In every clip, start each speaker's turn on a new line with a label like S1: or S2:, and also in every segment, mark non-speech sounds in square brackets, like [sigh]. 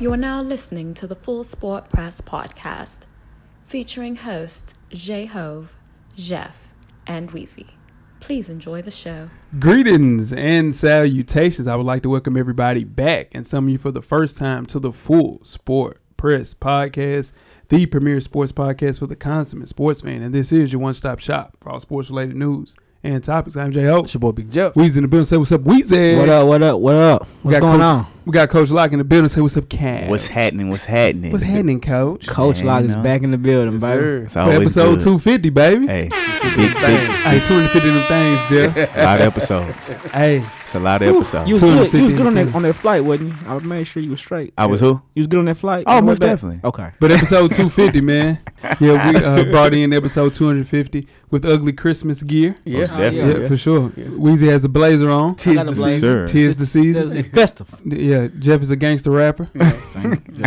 S1: You are now listening to the Full Sport Press podcast, featuring hosts Jay Hove, Jeff, and Wheezy. Please enjoy the show.
S2: Greetings and salutations. I would like to welcome everybody back and some of you for the first time to the Full Sport Press Podcast, the premier sports podcast for the consummate sports fan. And this is your one stop shop for all sports related news and topics. I'm Jay Ho.
S3: It's your boy Big Jeff.
S2: Weezy in the building. Say what's up, Weezy.
S3: What up? What up? What up?
S2: We
S3: What's
S2: got
S3: going
S2: Coach-
S3: on?
S2: We got Coach Lock in the building. Say what's up, Cal.
S4: What's happening? What's happening?
S2: What's happening, Coach?
S3: Coach
S4: Man,
S3: Lock is
S4: no.
S3: back in the
S2: Yes,
S3: building, baby.
S2: sir.
S4: It's
S2: For
S4: always
S2: episode
S4: good.
S2: 250, baby. Hey.
S4: Hey, big, big,
S2: Hey, 250 them things, Jeff.
S4: a lot of episodes.
S2: hey,
S4: It's a lot of
S3: You,
S4: episodes.
S3: you was good. You was
S2: 250
S3: good on that
S2: people.
S3: on that flight, wasn't you? I made sure you was straight.
S4: I
S5: [laughs]
S4: was who?
S3: You was good on that flight. on
S4: Oh,
S3: the way
S4: most
S3: back?
S4: definitely.
S3: Okay.
S2: But episode 250, man. Yeah, we uh, brought in episode 250 with ugly Christmas gear.
S3: Yeah,
S4: Most definitely.
S2: Yeah, for sure.
S3: Yeah.
S2: Weezy has the blazer on.
S3: I got a blazer.
S4: Sure.
S2: Tis the
S3: It's-
S2: season.
S3: [laughs] it's Festive.
S2: Yeah, Jeff is a gangster rapper. [laughs]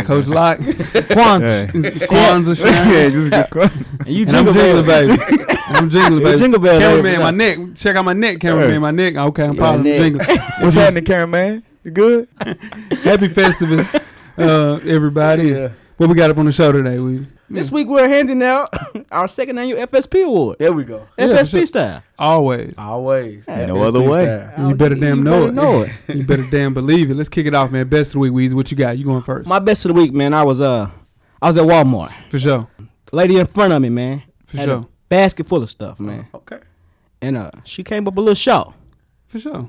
S2: Coach Lock,
S3: Kwanzaa.
S2: Kwanzaa shine.
S4: yeah, just get
S3: And you
S2: And I'm
S3: jingle
S2: jingling,
S3: bells.
S2: baby. And I'm jingling,
S3: You
S2: baby.
S3: jingle bells.
S2: Cameraman,
S3: baby.
S2: my neck. Check out my neck, cameraman.
S4: Hey.
S2: My neck. Okay, I'm
S3: Yeah,
S2: probably
S3: neck. [laughs]
S2: jingling.
S4: What's happening, Karen, man? You good?
S2: Happy Festivus, uh, everybody. What we got up on the show today? We
S3: This week we're handing out [laughs] our second annual FSP award.
S5: There we go.
S2: Yeah, for
S3: FSP
S2: sure.
S3: style.
S2: always.
S5: Always.
S3: Hey,
S5: That's
S4: no other way.
S5: freestyle.
S2: You better damn know
S3: better
S2: it. [laughs] You better damn believe it. Let's kick it off, man. Best of the week, Weezy. What you got? You going first?
S3: My best of the week, man. I was uh, I was at Walmart.
S2: For sure.
S3: Lady in front of me, man.
S2: For
S3: had
S2: sure.
S3: A basket full of stuff, man.
S5: Okay.
S3: And uh, she came up a little short.
S2: For sure.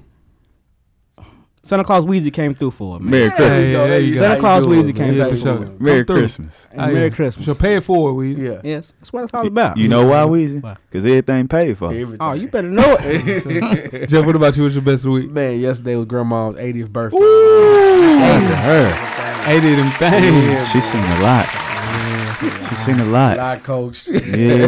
S3: Santa Claus Weezy came through for her, man.
S4: Merry Christmas.
S2: Hey, there you
S3: Santa Claus Weezy came
S2: Yeah,
S3: back.
S2: for sure.
S4: Merry
S2: come through.
S4: Christ's.
S3: And Merry Christmas.
S2: So pay it forward, Weezy.
S5: Yeah.
S3: Yes, that's what it's all about.
S4: You know why, Weezy?
S3: Why?
S4: Because everything paid for.
S5: Everything.
S3: Oh, you better know
S2: [laughs]
S3: it.
S2: Jeff, what about you? What's your best of the week?
S5: Man, yesterday was grandma's 80th birthday.
S2: Hey, did them things.
S4: She seen a lot. She seen a lot.
S5: Live coach. [laughs]
S4: Yeah,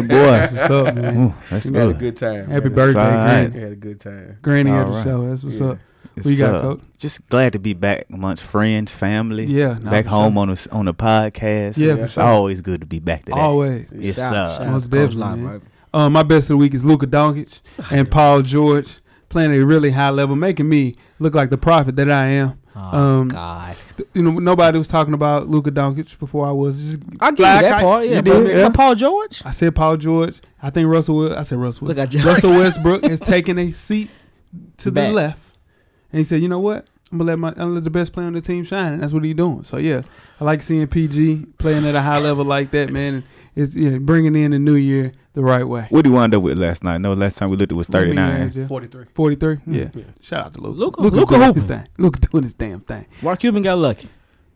S2: [laughs]
S4: boy.
S2: What's up, man?
S4: Ooh, that's
S5: we had a
S4: good.
S5: good time.
S2: Happy
S5: man.
S2: birthday,
S4: side.
S5: We
S2: Granny.
S5: had a good time.
S2: Granny
S4: It's
S2: at the
S4: alright.
S2: show. That's what's
S5: Yeah.
S2: up. What you got,
S4: It's, uh,
S2: Coach?
S4: Just glad to be back amongst friends, family.
S2: Yeah, nah,
S4: back
S2: for
S4: home
S2: sure.
S4: on a, s- on a podcast.
S2: Yeah,
S5: for
S4: it's
S5: sure.
S4: always good to be back today.
S2: Always.
S4: Yes,
S3: Shout-
S4: sir.
S3: shout
S2: Most
S3: out to Coach
S2: definitely,
S3: Lock,
S2: man.
S3: baby.
S2: Uh, my best of the week is Luka Doncic and Paul George playing at a really high level, making me look like the prophet that I am.
S3: Oh,
S2: Um,
S3: God.
S2: Th- You know, nobody was talking about Luka Doncic before I was. Just,
S3: I give you
S2: Black,
S3: that
S2: I-
S3: part.
S2: you
S3: Yeah,
S2: did,
S3: but,
S2: yeah.
S3: but Paul George.
S2: I said Paul George. I think Russell. Wil- I said Russell.
S3: Look
S2: Wil-
S3: at you.
S2: Russell
S3: [laughs]
S2: Westbrook has taken a seat to
S3: Back.
S2: the left, and he said, "You know what? I'm gonna let my I'm gonna let the best player on the team shine." And that's what he's doing. So yeah, I like seeing PG playing at a high level like that, man. And It's yeah, bringing in the new year the right way.
S4: What do you wind up with last night? No, last time we looked it was thirty nine.
S5: 43.
S2: 43? Hmm. Yeah.
S5: Yeah.
S2: Shout out to Luke.
S3: Luka-
S2: Luka
S3: Luka
S2: doing
S3: hooping.
S2: his thing. Luka doing his damn thing.
S3: Mark Cuban got lucky.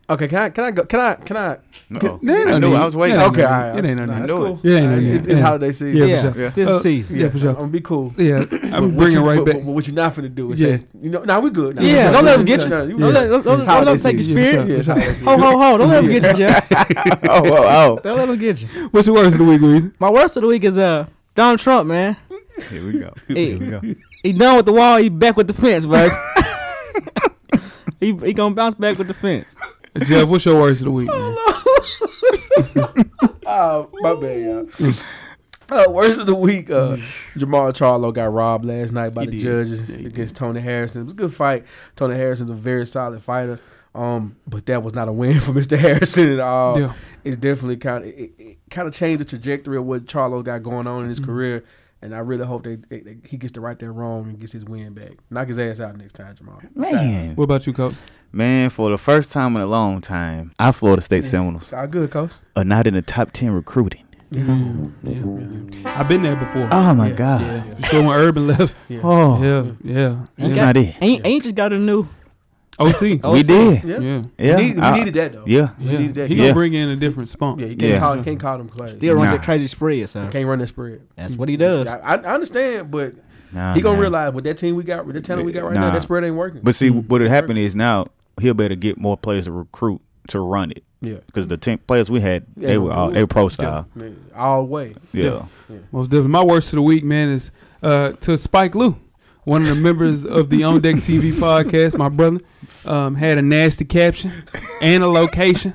S5: Okay, can I? Can I go? Can I? Can I?
S4: [laughs]
S2: There ain't no
S4: Oh. I knew it.
S2: need.
S4: I was waiting.
S2: There ain't
S5: okay,
S2: no
S5: all right.
S2: need. It ain't no
S5: Nah,
S2: need.
S5: [laughs] That's
S4: I know
S5: cool.
S2: it. Yeah, it ain't no
S5: It's,
S2: need.
S5: it's
S2: Yeah.
S5: holiday season.
S2: Yeah, for
S3: Yeah,
S2: sure.
S3: it's his
S2: Uh,
S3: season.
S2: Yeah, for
S5: I'm
S2: sure.
S5: gonna be cool.
S2: Yeah, I'm bringing
S5: you,
S2: right
S5: but,
S2: back.
S5: But what you not finna do is
S2: Yeah.
S5: say, you know, nah, we good. Nah,
S3: Yeah,
S5: we good.
S3: don't let 'em
S5: We
S3: get
S5: good.
S3: you.
S5: Nah, we
S2: Yeah.
S3: Don't let,
S5: good.
S3: don't, don't, don't
S5: Holiday
S3: let him take your
S5: season.
S2: Yeah,
S3: spirit. Oh,
S2: for sure.
S5: Yeah, it's holiday
S3: [laughs]
S5: season.
S3: Ho, ho, ho. Don't let him get you, Jeff.
S4: oh, oh,
S3: Don't let him get you.
S2: What's your worst of the week, Weezy?
S3: My worst of the week is uh Donald Trump, man.
S4: oh. Here we go.
S3: Hey.
S4: Here we go.
S3: He done with the wall. He back with the fence, bro. [laughs] he he gonna bounce back with the fence.
S2: Jeff, what's your worst of the week? man?
S5: Oh, my bad, y'all. Uh, worst of the week, uh,
S3: Mm.
S5: Jamal Charlo got robbed last night by
S2: He
S5: the
S2: did.
S5: judges
S2: Yeah, he
S5: against Tony Harrison. It was a good fight. Tony Harrison's a very solid fighter, um, but that was not a win [laughs] for Mr. Harrison at all.
S2: Yeah.
S5: It's definitely kind of it, it kind of changed the trajectory of what Charlo got going on in his career, and I really hope that, that- that he gets to right that wrong and gets his win back. Knock his ass out next time, Jamal.
S4: Man,
S2: What about you, Coach?
S4: man, for the first time in a long time, our Florida State Seminoles
S5: It's all good, coach.
S4: are not in the top ten recruiting.
S2: Yeah. I've been there before.
S4: Oh my
S5: Yeah.
S4: God.
S2: yeah. For sure when Urban left.
S5: Yeah.
S4: Oh,
S2: Yeah, yeah.
S4: that's
S2: yeah.
S4: not it.
S3: Ain't ain't just got a new.
S2: OC.
S3: Oh,
S4: we
S3: it's-
S4: did.
S5: Yeah,
S2: Yeah.
S4: Yeah,
S5: We, need, we
S4: I-
S5: needed that though.
S4: yeah.
S2: Yeah. He
S5: needed
S2: gonna
S5: that.
S4: Yeah.
S2: bring in a different spunk.
S5: yeah. You can't
S4: Yeah.
S5: call can't call them players.
S3: Still runs
S4: Nah.
S3: that crazy spread, son.
S5: Can't run that spread.
S3: That's what he does.
S5: Yeah, I, I understand, but
S4: Nah,
S5: he gonna
S4: man.
S5: realize with that team we got, with the talent we got right now,
S4: Nah.
S5: that spread ain't working.
S4: But see, what had happened is now he'll better get more players to recruit to run it
S5: yeah,
S4: because the ten players we had,
S5: Yeah,
S4: they were all they were pro style.
S5: man, all way.
S4: Yeah.
S2: Yeah. Most definitely. My worst of the week, man, is uh, to Spike Lou, one of the members of the On Deck
S4: [laughs]
S2: TV podcast. My brother um, had a nasty caption and a location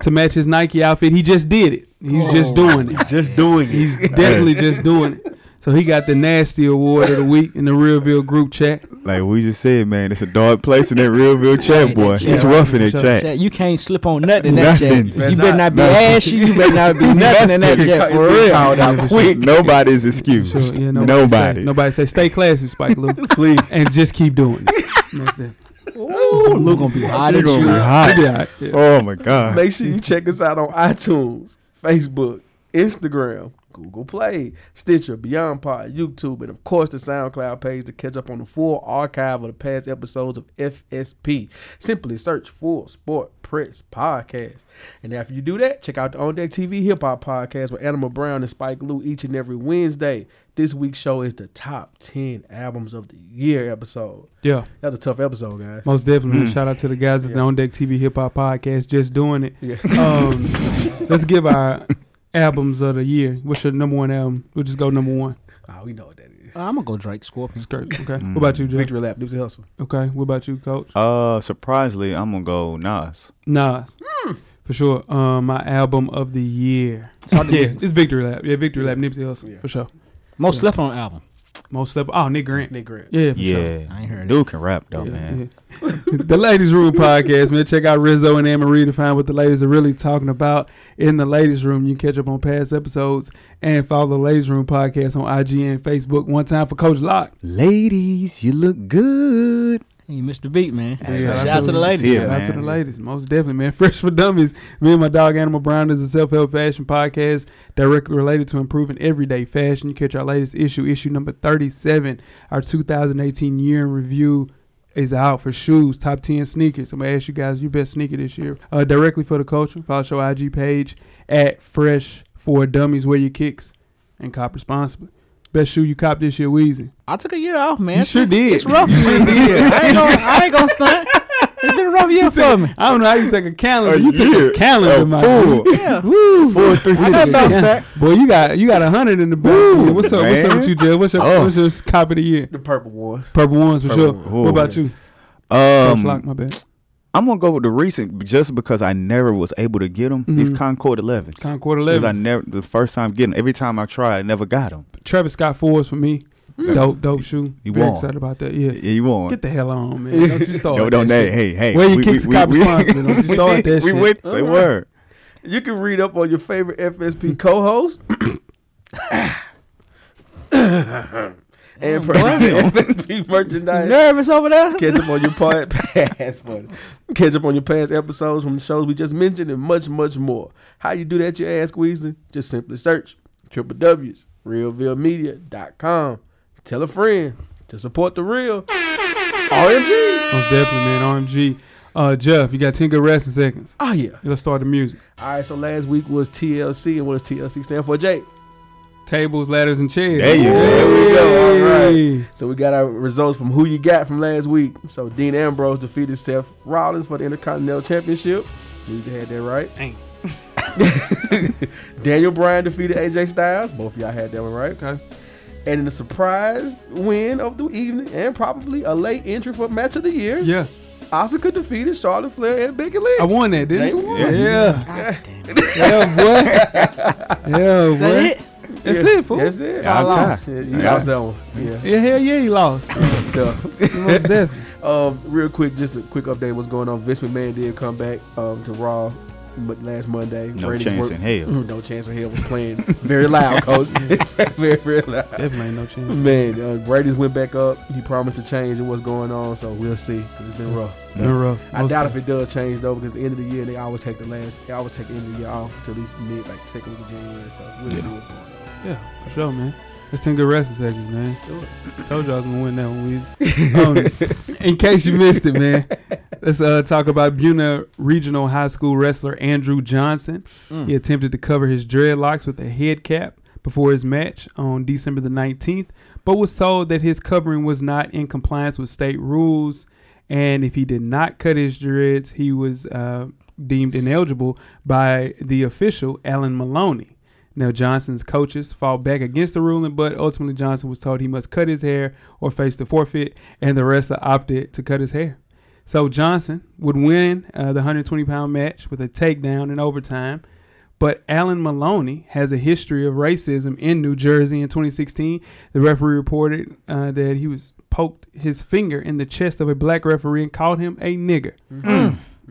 S2: to match his Nike outfit. He just did it. He's just doing it.
S4: just doing
S2: He's definitely just doing it. So he got the nasty award of the week in the Realville group chat.
S4: Like we just said, man, it's a dark place in
S3: [laughs]
S4: that Realville chat, boy.
S3: Yeah,
S4: It's
S3: right.
S4: rough in that
S3: So,
S4: chat.
S3: You can't slip on nothing in that chat.
S4: Nothing.
S3: You better not be
S4: Nothing.
S3: ashy. You better
S2: [laughs]
S3: not be nothing in
S4: [laughs]
S3: that chat for
S5: It's
S3: real. [laughs]
S5: called out
S4: Quick, nobody's excused.
S2: Sure, yeah, nobody.
S4: nobody.
S2: Say, nobody say, stay classy, Spike Lee.
S4: Please,
S2: and just keep doing it. That's it.
S3: Ooh, Luke gonna be hot
S4: you're
S3: as
S4: gonna be
S3: you.
S4: hot.
S2: Yeah, I- yeah.
S4: Oh my
S5: [laughs]
S4: god.
S5: Make sure you check us out on iTunes, Facebook, Instagram, Google Play, Stitcher, Beyond Pod, YouTube, and of course the SoundCloud page to catch up on the full archive of the past episodes of FSP. Simply search Full Sport Press Podcast. And after you do that, check out the On Deck TV Hip Hop Podcast with Animal Brown and Spike Lee each and every Wednesday. This week's show is the top 10 albums of the year episode.
S2: yeah,
S5: That's a tough episode, guys.
S2: most definitely. Shout out to the guys at the On Deck TV Hip Hop Podcast, just doing it.
S5: [laughs] Yeah.
S2: [laughs] Um, let's give our albums of the year. What's your number one album? We'll just go number one.
S5: Ah, we know what that is.
S3: I'm gonna Oh, go Drake Scorpion.
S2: Skirt. Okay.
S4: Mm.
S2: What about you, Jay?
S5: Victory lap, Nipsey Hustle.
S2: Okay. What about you, Coach?
S4: Uh, surprisingly, I'm gonna go Nas.
S2: Nas. For sure. Um, my album of the year. yeah, it's Victory Lap. Yeah, Victory Lap. Nipsey Hussle.
S5: Yeah.
S2: For sure.
S3: Most slept on album.
S2: Most slept. Oh, Nick Grant.
S5: Nick Grant.
S2: Yeah. For Sure.
S3: I ain't heard it.
S4: dude can rap though,
S5: Yeah,
S4: man.
S2: Yeah. [laughs] the Ladies Room podcast, man. Check out Rizzo and Anne Marie to find what the ladies are really talking about in the Ladies Room. You can catch up on past episodes and follow the Ladies Room podcast on IG and Facebook. One time for Coach Locke.
S4: Ladies, you look good.
S3: Hey, Mr. Beat, man.
S2: Yeah,
S3: Shout
S2: that's
S3: out to the
S2: what
S3: ladies.
S4: Yeah,
S2: Shout out to
S4: man.
S2: the ladies, most definitely, man. [laughs] Fresh for Dummies. Me and my dog Animal Brown is a self-help fashion podcast directly related to improving everyday fashion. You catch our latest issue, issue number thirty-seven. Our 2018 year in review is out for shoes, top ten sneakers. I'm gonna ask you guys your best sneaker this year. Uh, directly for the culture, follow show IG page at Fresh for Dummies. Wear your kicks and cop responsibly. Best shoe you cop this year, Weezy.
S3: I took a year off, man.
S2: You sure did.
S3: It's
S2: [laughs]
S3: rough.
S2: You sure did.
S3: I ain't gonna, I ain't gonna stunt. It's been a rough year for me.
S2: I don't know how you take a calendar.
S4: A
S2: you took
S4: year.
S2: a calendar,
S4: A
S2: my
S4: fool.
S2: dude.
S3: Yeah.
S2: Woo.
S4: Oh, Four, three,
S3: I got
S4: fifty.
S3: bounce back.
S2: Boy, you got you got a hundred in the back.
S4: Woo,
S2: what's up? What's up
S4: man.
S2: with you, Jill? What's your
S4: Oh.
S2: what's your cop of the year?
S5: The purple ones.
S2: Purple ones for
S5: Purple
S2: sure.
S5: ones.
S2: What about you? Coach
S4: Um,
S2: Lock, my bad.
S4: I'm gonna go with the recent, just because I never was able to get them.
S2: Mhm.
S3: Mm-hmm.
S4: These Concord 11s.
S2: Concord
S4: Because I
S2: eleven.
S4: never, the first time getting 'em. every time I tried, I never got them.
S2: Travis Scott Fours for me. Dope, dope shoe.
S4: You
S2: Very
S4: won.
S2: excited about that. Yeah.
S4: Yeah, you won.
S2: Get the hell on, man. Don't you
S5: Oh,
S2: start
S4: [laughs] Yo, don't
S2: that
S4: they?
S2: shit.
S4: Hey, hey.
S2: Where you kicks the cop responsibly, don't you
S4: [laughs] we-
S2: start that
S4: we
S2: shit.
S4: went. Say
S5: All right.
S4: word.
S5: You can read up on your favorite FSP co-host
S3: Damn,
S5: and
S3: boy.
S5: purchase [laughs] FSP merchandise.
S3: Nervous over there.
S5: Catch up on your pod- [laughs] past, buddy. catch up on your past episodes from the shows we just mentioned, and much, much more. How you do that? You ask Weasley. Just simply search triple W's realvillemedia.com. Tell a friend to support the real. RMG.
S2: Most definitely, man. RMG. Uh, Jeff, you got ten good resting seconds.
S5: Oh yeah.
S2: Let's start the music.
S5: All right. So last week was TLC, and what does TLC stand for, Jake?
S2: Tables, ladders, and chairs.
S4: There you go.
S5: There we go. All right.
S2: Hey.
S5: So we got our results from who you got from last week. So Dean Ambrose defeated Seth Rollins for the Intercontinental Championship. News had that right.
S2: Dang.
S5: [laughs] Daniel Bryan defeated AJ Styles. Both of y'all had that one right.
S2: Okay.
S5: And in the surprise win of the evening, and probably a late entry for match of the year,
S2: Yeah.
S5: Asuka defeated Charlotte Flair and Becky Lynch.
S2: I won that,
S5: Jay
S2: didn't
S5: won.
S2: I? Yeah.
S3: God damn it.
S2: Yeah, boy. Yeah, boy.
S3: Is that it?
S2: That's
S5: Yeah.
S2: it, fool.
S5: That's it.
S4: Yeah,
S5: I
S4: I'm
S5: lost.
S4: tied.
S5: Yeah, you
S4: Yeah.
S5: lost that one. Yeah.
S2: Yeah, hell yeah, he
S5: [laughs]
S2: lost.
S5: So-
S2: Most definitely.
S5: Um, real quick, just a quick update. What's going on? Vince McMahon did come back um, to Raw but last Monday.
S4: No
S5: Brady's
S4: chance
S5: work-
S4: in
S5: [laughs]
S4: hell.
S5: no chance in hell was playing very loud,
S4: [laughs]
S5: coach. very, very loud.
S2: Definitely ain't no chance.
S5: Man, uh, Brady's went back up. He promised to change and what's going on, so we'll see. 'cause it's been rough.
S2: Been rough.
S5: Mm-hmm. I doubt if it does change though, because the end of the year they always take the last. They always take the end of the year off to at least mid like second week of January. So we'll
S4: Yeah.
S5: see what's going on.
S2: Yeah, for sure, man. That's 10 good wrestling seconds, man.
S5: Let's do it.
S2: Told you I was going to win that one.
S5: [laughs]
S2: Weezy. Um, in case you missed it, man, let's uh, talk about Buna Regional High School wrestler Andrew Johnson.
S3: Mm.
S2: He attempted to cover his dreadlocks with a head cap before his match on December the 19th, but was told that his covering was not in compliance with state rules. And if he did not cut his dreads, he was uh, deemed ineligible by the official, Alan Maloney. Now, Johnson's coaches fought back against the ruling, but ultimately, Johnson was told he must cut his hair or face the forfeit, and the wrestler opted to cut his hair. So, Johnson would win uh, the 120 pound match with a takedown in overtime. But Alan Maloney has a history of racism in New Jersey in 2016. The referee reported uh, that he was poked his finger in the chest of a black referee and called him a nigger.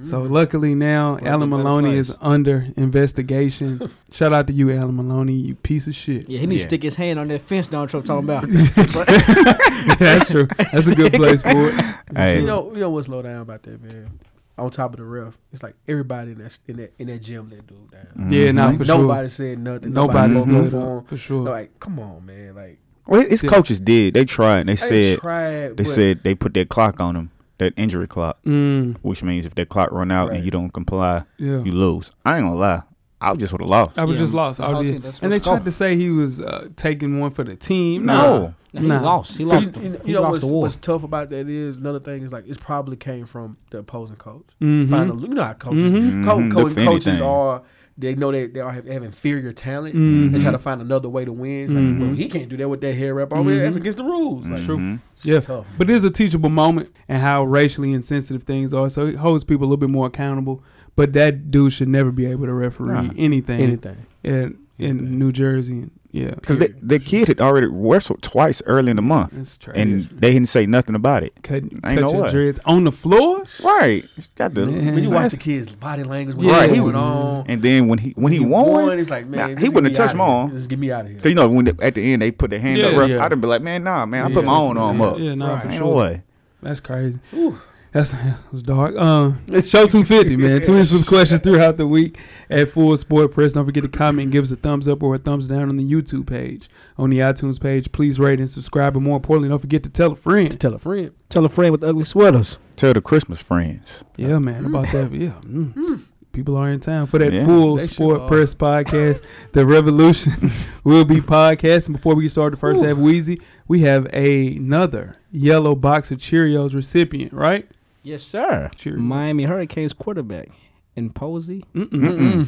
S2: So luckily now
S5: Well,
S2: Alan
S5: no better
S2: Maloney
S5: place.
S2: is under investigation. Shout out to you, Alan Maloney, you piece of
S3: [laughs]
S2: shit.
S3: Yeah, he needs
S4: Yeah.
S3: to stick his hand on that fence Donald Trump talking about.
S2: That's true. That's a good place for it.
S4: Hey,
S5: You know, you know what's low down about that, man. On top of the ref, it's like everybody in that in that in that gym let dude down.
S2: Yeah,
S4: mhm.
S2: nah, for
S5: Nobody
S2: sure.
S5: said nothing.
S2: Nobody
S5: Nobody
S2: stood
S5: stood
S2: up for sure.
S5: Like, come on, man. Like,
S4: Well, his
S2: Yeah.
S4: coaches did. They tried. And they
S5: they
S4: said
S5: tried.
S4: they
S5: but
S4: said they put that clock on him, that injury clock,
S2: mm,
S4: which means if that clock run out
S5: Right.
S4: and you don't comply,
S2: yeah.
S4: you lose. I ain't gonna lie, I just would have
S2: [laughs]
S4: lost.
S2: I was
S3: Yeah,
S2: just lost.
S3: the
S2: I
S3: whole
S2: was-
S3: team, that's
S2: and they
S3: what's
S2: tried
S3: called.
S2: to say he was uh, taking one for the team. Nah.
S4: No,
S3: Nah, he
S2: Nah.
S3: lost. He
S5: You,
S3: lost. the-
S5: you-
S3: he
S5: you know
S3: lost
S5: what's,
S3: the war.
S5: what's tough about that is another thing is like it probably came from the opposing coach.
S2: Mhm.
S5: Final, you know how coaches,
S4: Mhm.
S5: co-
S4: Mhm.
S5: Mm-hmm. co-
S4: Look for
S5: coaches
S4: anything.
S5: are. They know that they are have, have inferior talent
S2: Mhm.
S5: and try to find another way to win. It's
S2: Mhm.
S5: Like, well, he can't do that with that hair wrap on.
S2: Mhm.
S5: That's against the rules. Like,
S2: True.
S4: Mhm.
S5: it's
S2: Yeah.
S5: tough.
S2: But it is a teachable moment and how racially insensitive things are. So it holds people a little bit more accountable. But that dude should never be able to referee
S4: Nah.
S2: anything,
S5: Anything.
S2: in, in
S5: Anything.
S2: New Jersey. And, yeah.
S4: Because the, the kid had already wrestled twice early in the month,
S2: It's trash.
S4: and they didn't say nothing about it.
S2: cut, cut
S4: ain't no
S2: your
S4: way.
S2: dreads on the floor?
S4: Right? Got the
S2: Man.
S5: When you watch
S4: That's-
S5: the kids' body language,
S2: Yeah.
S5: what's
S4: Right.
S5: going on?
S4: And then when he when he, won,
S5: it's like
S4: Nah,
S5: man,
S4: he
S5: just get
S4: wouldn't
S5: me
S4: touch
S5: outta
S4: my
S5: here.
S4: arm.
S5: Just get me out of here.
S4: cause you know when the, at the end they put their hand
S2: Yeah.
S4: up, ref,
S5: Yeah.
S4: I'd have been like, man, nah, man, I
S2: Yeah.
S4: put my own arm
S5: Yeah.
S4: up.
S2: Yeah, no,
S5: Right.
S2: for
S4: Ain't
S2: sure.
S4: no way.
S2: That's crazy.
S5: Ooh.
S2: That's [laughs] that was dark.
S4: [laughs]
S2: Um, show two fifty, man. Tweet us with questions throughout the week at Full Sport Press. Don't forget to comment, and give us a thumbs up or a thumbs down on the YouTube page, on the iTunes page. Please rate and subscribe, and more importantly, don't forget to tell a
S5: to
S2: friend.
S5: tell a friend.
S3: Tell a friend with ugly sweaters.
S4: Tell the Christmas friends.
S5: Oh.
S2: Yeah, man, about that. Yeah, mm. people are in town for that
S4: Yeah.
S2: Full
S5: They
S2: Sport
S5: sure are.
S2: Press podcast. the
S5: [laughs]
S2: revolution will be podcasting. Before we start the first half, Wheezy, we have another yellow box of Cheerios recipient, right?
S3: Yes, sir.
S2: Cheerios.
S3: Miami Hurricanes quarterback in Posey.
S2: Mm-mm.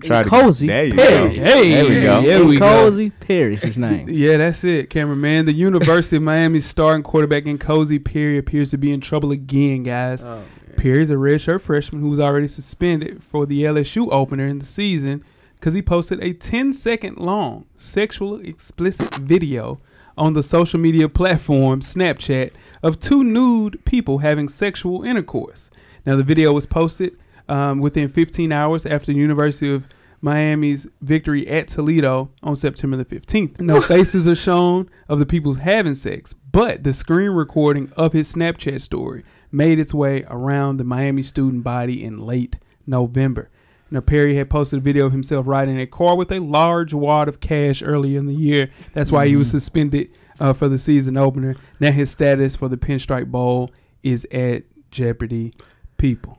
S4: Try to-
S3: Cozy
S4: There you
S3: Perry.
S4: go. There we go.
S2: There Oh, we go.
S3: Cozy Perry's his name.
S2: Yeah, that's it, cameraman. The University of Miami starting quarterback in Cozy Perry appears to be in trouble again, guys.
S5: Oh,
S2: Perry's a redshirt freshman who was already suspended for the LSU opener in the season because he posted a 10 second long sexual explicit video on the social media platform Snapchat of two nude people having sexual intercourse. Now, the video was posted um, within 15 hours after the University of Miami's victory at Toledo on September the 15th. No faces are shown of the people having sex, but the screen recording of his Snapchat story made its way around the Miami student body in late November. Now, Perry had posted a video of himself riding a car with a large wad of cash earlier in the year. That's why he was suspended uh, for the season opener. Now, his status for the Pinstripe Bowl is at jeopardy. People.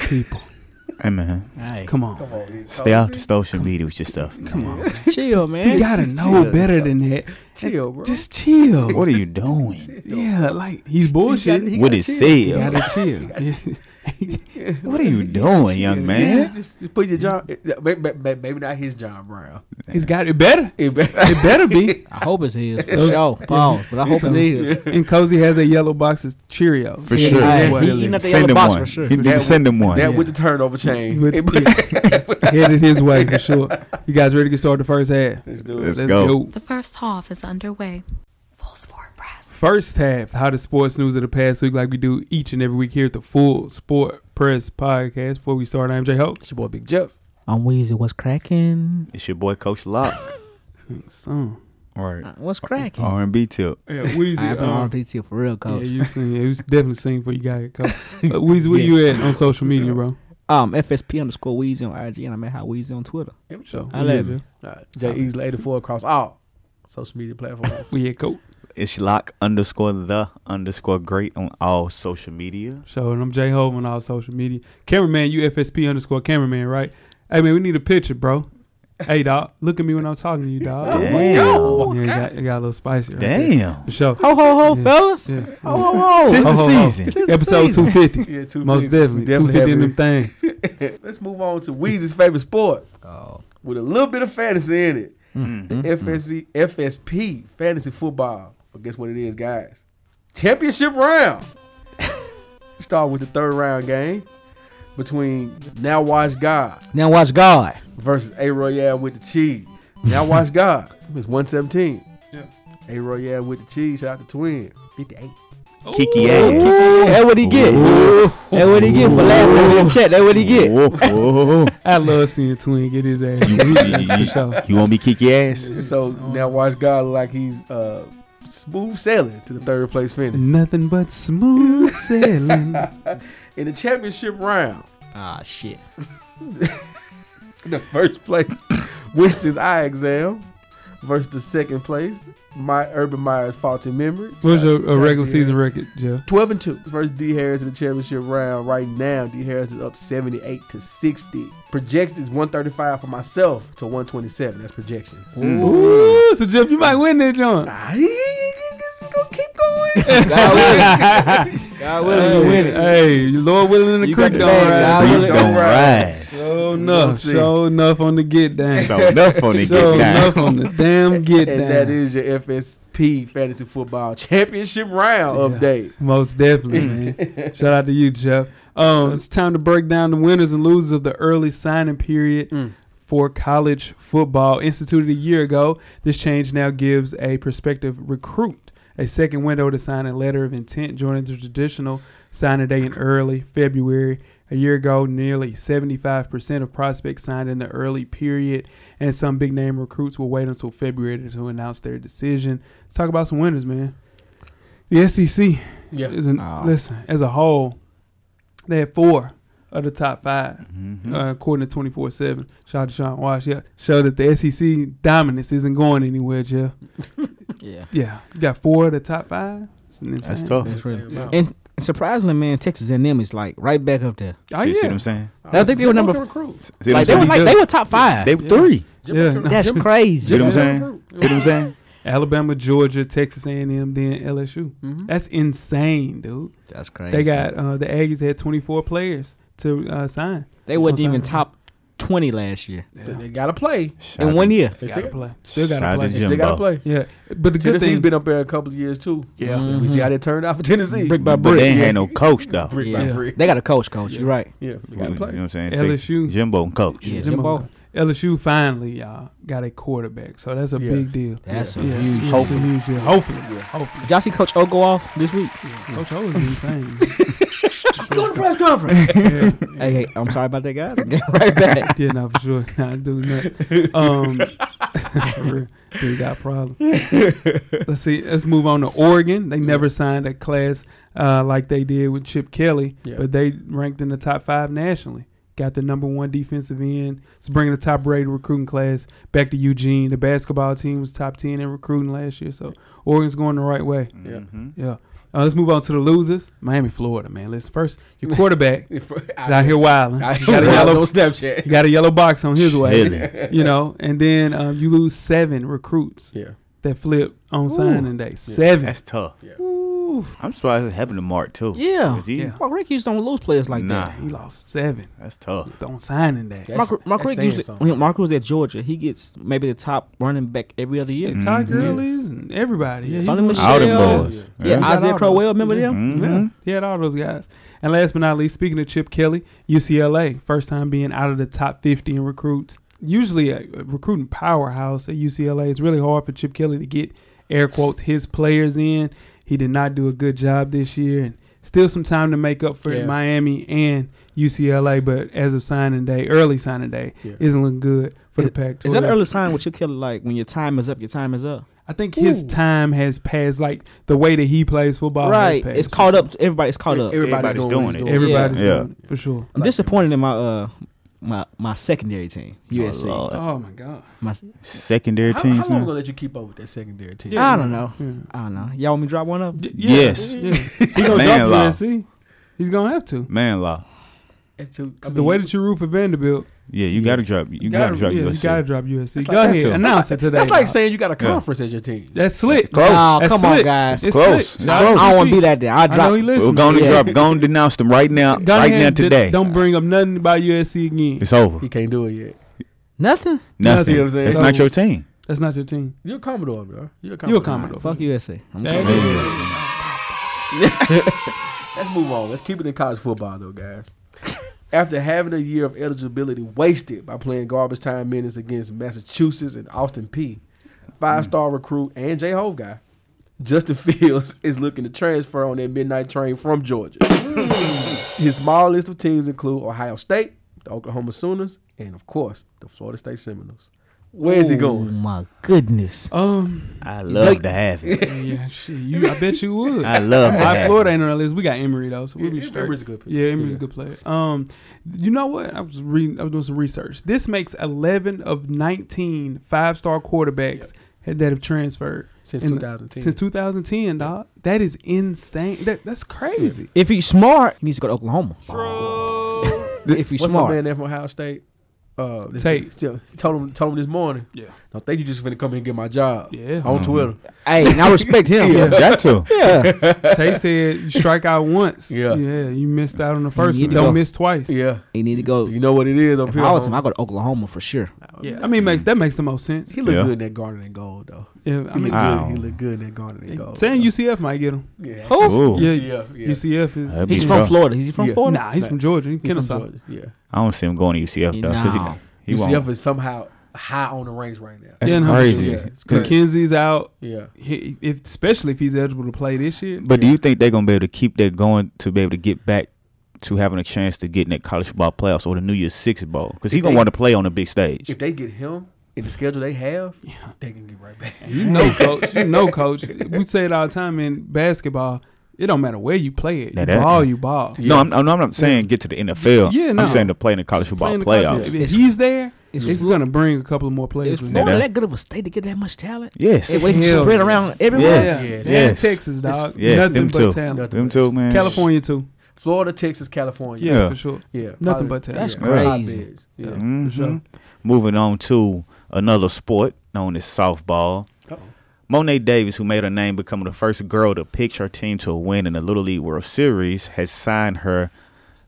S2: People.
S4: Hey man,
S3: Hey,
S2: Come on.
S5: Come on, dude.
S4: stay off the social media with your stuff.
S2: Come on.
S3: chill, man.
S2: You gotta
S5: just
S2: know
S5: chill.
S2: better than that.
S5: chill, bro.
S2: Just chill.
S4: What are you doing?
S2: yeah, like he's bullshit.
S5: he
S4: What
S5: got
S4: it
S5: chill.
S2: You
S4: said?
S2: gotta chill.
S4: What are you doing, young man?
S5: Just- just, just put your John. eh, Maybe, maybe not his John Brown. [laughs]
S2: he's got it better.
S5: It better-
S2: It better be.
S3: I hope it's his. For sure. Pause. But [laughs] I hope it's his.
S2: And Cozy has a yellow box of Cheerios.
S4: For
S2: Yeah,
S4: sure.
S2: that's
S3: Hey,
S2: what
S3: he
S2: it
S3: eating
S2: is.
S3: up the yellow
S4: Send him
S3: box
S4: one.
S3: for sure.
S4: He
S3: For
S4: need to
S5: sure.
S4: send him one.
S5: That
S2: Yeah.
S5: with the turnover chain.
S2: With-
S5: It-
S2: [laughs] yeah. Headed his way for sure. You guys ready to start the first half?
S4: [laughs]
S5: Let's do it.
S4: Let's go.
S1: The first half is underway. Full Sport Press.
S2: First half, the hottest sports news of the past week, like we do each and every week here at the Full Sport Press Podcast. Before we start, I'm Jay Hope.
S5: It's your boy Big Jeff.
S3: I'm Weezy. What's cracking?
S4: It's your boy Coach Locke.
S2: Son.
S4: Right.
S3: What's cracking?
S4: R and B tip.
S2: Yeah, Weezy.
S3: I have Uh, been
S2: um,
S3: on RPT for real, coach.
S2: Yeah, you sing. Yeah, you was definitely sing before you got here,
S3: [laughs]
S2: coach. Uh, Weezy, where you
S3: Yes.
S2: at on social media, bro?
S3: Um, FSP underscore Weezy on IG, and I'm at How Weezy on Twitter.
S2: So
S3: I love
S2: we at,
S3: you.
S5: All right. Jay Easley, 84 across all social media platforms.
S2: we at coach.
S4: It's Locke underscore the underscore great on all social media.
S2: So and I'm J Hove on all social media. Cameraman, you FSP underscore cameraman, right? Hey man, we need a picture, bro. Hey dog, look at me when I'm talking to you, dog.
S3: Oh,
S4: Damn.
S2: Yeah, it got, it got a little spicy. Right there.
S4: Damn.
S2: For sure.
S3: Ho ho ho,
S2: Yeah.
S3: fellas!
S2: Yeah.
S3: Ho ho
S2: Ho,
S3: ho!
S4: Tis the
S2: ho, ho.
S4: season.
S3: Tis the
S2: Episode
S3: season.
S2: 250.
S5: yeah, two
S2: Most definitely. 250 in them things.
S5: definitely. [laughs] Let's move on to Weezy's favorite sport
S3: Oh.
S5: with a little bit of fantasy in it.
S4: Mm.
S5: FSV, FSP, fantasy football. But guess what it is, guys? Championship round. [laughs] Start with the third round game between Now Watch God
S3: Now watch God.
S5: versus A Royale with the cheese. Now Watch God. It's 117.
S2: Yeah.
S5: A Royale with the cheese. Shout out to Twin. 58.
S4: Kiki ass.
S3: That's what he get. That's what he get for laughing at me in chat. That's what he get.
S4: Whoa, whoa.
S2: I love seeing Twin get his
S3: [laughs]
S2: ass.
S4: You,
S2: beat, that's for
S4: you,
S2: sure.
S4: you want me Kiki ass?
S5: So now watch God look like he's uh, smooth sailing to the third place finish.
S2: Nothing but smooth sailing.
S5: In the championship round,
S3: Ah, shit.
S5: [laughs] the first place, [coughs] Winston's eye exam versus the second place, my Urban Meyer's faulty memory.
S2: What was your a
S5: Shout-
S2: regular
S5: shout
S2: season record, Joe?
S5: Twelve and two. First D Harris in the championship round. Right now, D Harris is up seventy eight to sixty. Projected one thirty five for myself to one twenty seven. That's projections.
S3: Mm.
S2: Ooh, so Jeff, you might win that, John.
S5: It's gonna keep
S3: [laughs]
S5: going.
S3: God
S2: [laughs]
S3: willing,
S5: [laughs]
S3: you win it.
S2: Hey, Lord willing in the
S3: You
S2: creek
S3: got
S2: don't
S3: the bag,
S2: rise.
S3: I
S4: Creek
S3: wanna-
S5: Don't
S4: don't rise.
S2: So
S5: We'll
S2: enough,
S5: see.
S2: so enough on the get down.
S4: So enough on it.
S2: So
S4: get down.
S2: enough on the
S5: [laughs]
S2: damn get
S5: and
S2: down.
S5: that is your FSP fantasy football championship round
S2: Yeah.
S5: update.
S2: Most definitely, man. Shout out to you, Jeff. Um, it's time to break down the winners and losers of the early signing period
S5: Mm.
S2: for college football. Instituted a year ago, this change now gives a prospective recruit a second window to sign a letter of intent, joining the traditional signing day in early February. A year ago, nearly 75% of prospects signed in the early period, and some big name recruits will wait until February to announce their decision. Let's talk about some winners, man. The SEC
S5: Yeah.
S2: is an,
S4: Oh.
S2: listen as a whole, they had four of the top 5
S5: Mm-hmm.
S4: Mhm.
S2: uh, according to twenty four seven. Shout out to Sean Wash. Yeah, show that the SEC dominance isn't going anywhere, Jeff.
S3: Yeah.
S2: Yeah, you got four of the top five. It's insane.
S4: That's tough.
S3: That's really-
S5: Yeah.
S3: And surprisingly, man, Texas A&M is like right back up there.
S2: Oh
S4: see, see what
S2: yeah,
S4: I'm saying?
S3: I think they were number
S5: recruit.
S4: See
S3: like
S4: what
S3: they
S4: I'm
S3: were
S4: saying?
S3: like they were top five.
S4: They were thrry.
S2: Yeah,
S5: [laughs]
S3: That's crazy.
S4: See what I'm saying? See what I'm saying?
S2: Alabama, Georgia, Texas A and M, then LSU.
S5: Mhm.
S2: That's insane, dude.
S3: That's crazy.
S2: They got uh, the Aggies had twenty four players to uh, sign.
S3: they wasn't
S2: Outside
S3: even
S2: of-
S3: top twenty last year
S5: But they gotta play.
S4: Shout
S3: in
S4: out
S3: one
S4: to-
S3: year.
S5: They
S2: Got to
S5: still,
S2: play. Still got
S4: Shout
S2: to
S4: out to
S5: they
S2: play.
S4: Jim.
S5: still gotta
S4: Jimbo.
S5: play.
S2: Yeah, but the good
S5: Tennessee's
S2: thing.
S5: been up there a couple of years too.
S2: Yeah.
S5: we see how that turned out for Tennessee.
S2: Brick by
S4: But
S2: brick.
S4: they ain't had no coach though.
S5: Brick
S3: Yeah.
S5: by brick.
S3: They got a coach, coach.
S5: Yeah.
S3: You're right.
S5: Yeah, we
S4: You know
S5: gotta
S4: what
S5: play.
S4: I'm saying?
S2: LSU.
S4: Takes Jimbo and coach.
S3: Yeah,
S2: Jimbo.
S3: Jimbo.
S2: LSU finally, y'all, got a quarterback. So that's a
S5: Yeah.
S2: big deal.
S3: That's
S2: Yeah,
S3: a
S2: yeah,
S3: huge.
S2: it's a
S3: Hopefully.
S2: huge deal. Hopefully.
S5: Yeah.
S2: Hopefully.
S3: Did y'all see Coach O go off this week?
S2: Coach O is insane.
S3: Go to press conference.
S2: yeah.
S3: hey, hey, I'm sorry about that, guys. [laughs] I'm getting right
S2: [laughs]
S3: back.
S2: yeah, no, for sure. Nah, dude's nuts. Um, [laughs] for real. dude got problems. Let's see. Let's move on to Oregon. They never signed a class uh, like they did with Chip Kelly,
S5: Yeah.
S2: but they ranked in the top five nationally. Got the number one defensive end. So bringing the top rated recruiting class back to Eugene. The basketball team was top ten in recruiting last year, so Oregon's going the right way.
S5: Yeah.
S4: Mhm.
S2: Yeah. Uh, let's move on to the losers. Miami, Florida, man. Listen, first your quarterback
S5: [laughs] If-
S2: is
S5: [laughs]
S2: out here wilding.
S5: I
S2: He got
S5: [laughs]
S2: a yellow.
S5: on Snapchat.
S2: He got a yellow box on his way
S4: Really?
S2: [laughs] you know, and then um, you lose seven recruits
S5: Yeah,
S2: that flip on signing day. Seven.
S4: That's tough.
S3: Ooh.
S4: I'm surprised it happened to Mark too.
S3: Yeah.
S4: 'Cause he-
S2: Yeah.
S3: Mark Rick used to lose players like
S4: nah,
S3: that.
S2: He lost seven
S4: that's tough.
S2: on signing day.
S5: That's-
S3: Mark, Mark
S5: that's
S3: Rick
S5: saying
S3: usually
S5: something.
S3: when Mark was at Georgia, he gets maybe the top running back every other year.
S2: Yeah, Ty
S4: Mhm.
S2: Gurley's and everybody. Yeah,
S3: Sonny
S2: he's-
S3: Michelle.
S4: All them boys.
S3: Yeah,
S2: got
S3: Isaiah
S2: all
S3: Crowell,
S2: those. Mm-hmm.
S3: remember
S2: yeah.
S3: them?
S2: Yeah,
S4: Mhm.
S2: he had all those guys. And last but not least, speaking of Chip Kelly, UCLA, first time being out of the top 50 in recruits. Usually a a recruiting powerhouse at UCLA. It's really hard for Chip Kelly to get, air quotes, his players in. He did not do a good job this year. And still some time to make up for it
S5: Yeah.
S2: in Miami and UCLA. But as of signing day, early signing day,
S5: Yeah.
S2: isn't looking good for the Pac 12.
S3: Is that an early sign what you kill like when your time is up, your time is up?
S2: I think his
S5: Ooh.
S2: time has passed. Like the way that he plays football
S3: right.
S2: has
S3: It's
S2: passed.
S3: caught up. Everybody's caught up.
S5: Everybody's,
S4: Everybody's
S5: doing,
S4: doing
S5: what he's
S4: it.
S5: doing.
S2: Everybody's
S4: Yeah.
S2: doing it, for sure.
S3: I'm disappointed in my uh my my secondary team, USC.
S4: Oh, Lord.
S2: Oh my God.
S3: my,
S4: Secondary
S5: How, how long
S4: teams.
S5: we
S4: now?
S5: gonna let you keep up with that secondary team?
S2: Yeah.
S3: I don't know.
S2: Yeah.
S3: I don't know. Y'all want me to drop one up?
S2: Y-
S4: Yes.
S2: Yeah. He's gonna
S4: Man
S2: drop
S4: law.
S2: USC. He's gonna have to.
S4: Man law.
S5: It's a- I
S2: 'Cause the
S5: mean,
S2: way that you root for Vanderbilt,
S4: Yeah, you gotta drop. You gotta, drop
S2: yeah,
S4: USC.
S2: You gotta drop USC.
S5: That's
S2: Go
S5: like-
S2: ahead,
S4: that's a-
S2: announce it today.
S5: that's like
S2: dog.
S5: saying you got a
S4: Yeah.
S5: conference as your team.
S2: that's slick.
S4: Close.
S3: Nah,
S2: That's
S3: come on,
S2: slick.
S3: guys.
S2: It's
S4: Close.
S2: slick.
S4: It's
S2: Nah,
S3: I don't,
S4: close.
S2: I
S3: want to be that. There. I
S2: know he
S3: drop.
S4: We're
S2: listening.
S4: gonna
S3: Yeah.
S4: drop. Going to announce them right now.
S2: Go
S4: right
S2: ahead
S4: now
S2: and d-
S4: today.
S2: Don't bring up nothing about USC again.
S4: It's over.
S5: He can't do it yet.
S3: Nothing.
S4: Nothing.
S5: what I'm saying?
S4: It's not your team.
S2: That's not your team.
S5: You're a Commodore, bro. You're a Commodore.
S2: You a Commodore.
S3: Fuck USC. I'm
S2: There
S3: coming.
S2: you go.
S5: Let's move on. Let's keep it in college football, though, guys. [laughs] After having a year of eligibility wasted by playing garbage time minutes against Massachusetts and Austin P, five star recruit and J Hove guy. Justin [laughs] Fields is looking to transfer on that midnight train from Georgia. His small list of teams include Ohio State, the Oklahoma Sooners, and of course the Florida State Seminoles. Where is he
S3: Oh
S5: going?
S3: my goodness.
S2: Um,
S4: I love to have it.
S2: yeah, shit, you, I bet you would.
S4: [laughs] I love to
S2: My
S4: have it.
S2: Florida ain't on our list. We got Emory though, so we'll be
S5: Yeah,
S2: straight.
S5: Emory's a good pick.
S2: Yeah, Emory's
S5: Yeah.
S2: a good player. Um, you know what? I was reading. I was doing some research. This makes eleven of 19 five star quarterbacks had that have transferred
S5: Since
S2: in-
S5: 2010.
S2: Since 2010, dog. That is insane. That, that's crazy.
S3: If he's smart, he needs to go to Oklahoma. if he's
S5: What's my man
S3: smart.
S5: there from Ohio State? Uh, this-
S2: Tate.
S5: Tell- He told him told him this morning.
S2: Yeah.
S5: Don't think you just finna come here and get my job.
S2: Yeah. Mm-hmm.
S5: On Twitter.
S3: Hey, and I respect him.
S4: Yeah, Got to.
S3: Yeah.
S2: Tay said you strike out once.
S5: Yeah.
S2: Yeah. You missed out on the first
S3: need
S2: one.
S3: to
S2: Don't
S3: go.
S2: miss twice. Yeah.
S5: Yeah.
S3: He need to go.
S5: So you know what it is up
S3: If
S5: here.
S3: I was him,
S5: homie.
S3: I go to Oklahoma for sure.
S2: I mean, makes that makes the most sense.
S5: he looked
S4: Yeah.
S5: good in that garden and gold though.
S2: Yeah. I
S5: He
S2: mean,
S5: looked
S4: Wow.
S5: good. He looked good in that garden and gold.
S2: saying
S5: though.
S2: UCF might get him.
S5: Yeah.
S4: Ooh.
S2: Yeah.
S5: UCF, yeah.
S2: UCF is.
S4: That'd be
S3: He's
S4: tough.
S3: from Florida. He's from
S5: Yeah.
S3: Florida.
S2: Nah, he's from Georgia. He's
S5: He's from
S2: Kennesaw.
S5: Georgia, Yeah.
S4: I don't see him going to UCF though, because
S3: No.
S4: he, he
S5: UCF
S4: won't.
S5: is somehow high on the ranks right now.
S4: That's
S2: Yeah, no,
S4: crazy.
S5: yeah, it's
S4: Cause-
S2: McKenzie's out.
S5: Yeah.
S2: He, if, especially if he's eligible to play this year.
S4: But do you think they're gonna be able to keep that going to be able to get back to having a chance to get in that college football playoffs or the New Year's Six bowl? Because he's
S5: If
S4: gonna
S5: they-
S4: want to play on the big stage.
S5: If they get him in the schedule they have, they can get right back.
S2: You know, coach. You know, coach. We say it all the time in basketball. It don't matter where you play it.
S4: Now
S2: You
S4: that-
S2: ball, you ball.
S4: No, I'm, I'm not saying get to the NFL.
S2: Yeah, no.
S4: I'm saying to play in the college football
S2: Playing the
S4: playoffs.
S2: college- If he's there,
S3: It's
S2: it's
S3: Flo-
S2: going to bring a couple of more players.
S3: Is
S2: with
S3: Florida
S4: Yeah.
S3: that good of a state to get that much talent?
S4: Yes.
S3: It was
S2: Hell
S3: spread
S2: yes.
S3: around everywhere.
S2: Yeah,
S4: Yes.
S2: yeah.
S4: Yes.
S2: Texas, dog.
S4: Yes,
S2: Nothing
S4: them
S2: but
S4: too.
S2: talent.
S5: [laughs] Nothing
S4: Them
S5: but-
S4: two man.
S2: California too.
S5: Florida, Texas, California.
S2: Yeah,
S4: Yeah.
S2: for sure.
S5: Yeah.
S2: Nothing
S5: probably-
S2: but talent.
S3: That's
S5: yeah,
S3: crazy.
S5: hotbeds, Yeah.
S4: Mhm.
S2: For sure.
S4: Moving on to another sport known as softball.
S5: Uh-oh.
S4: Monet Davis, who made her name becoming the first girl to pitch her team to a win in the Little League World Series, has signed her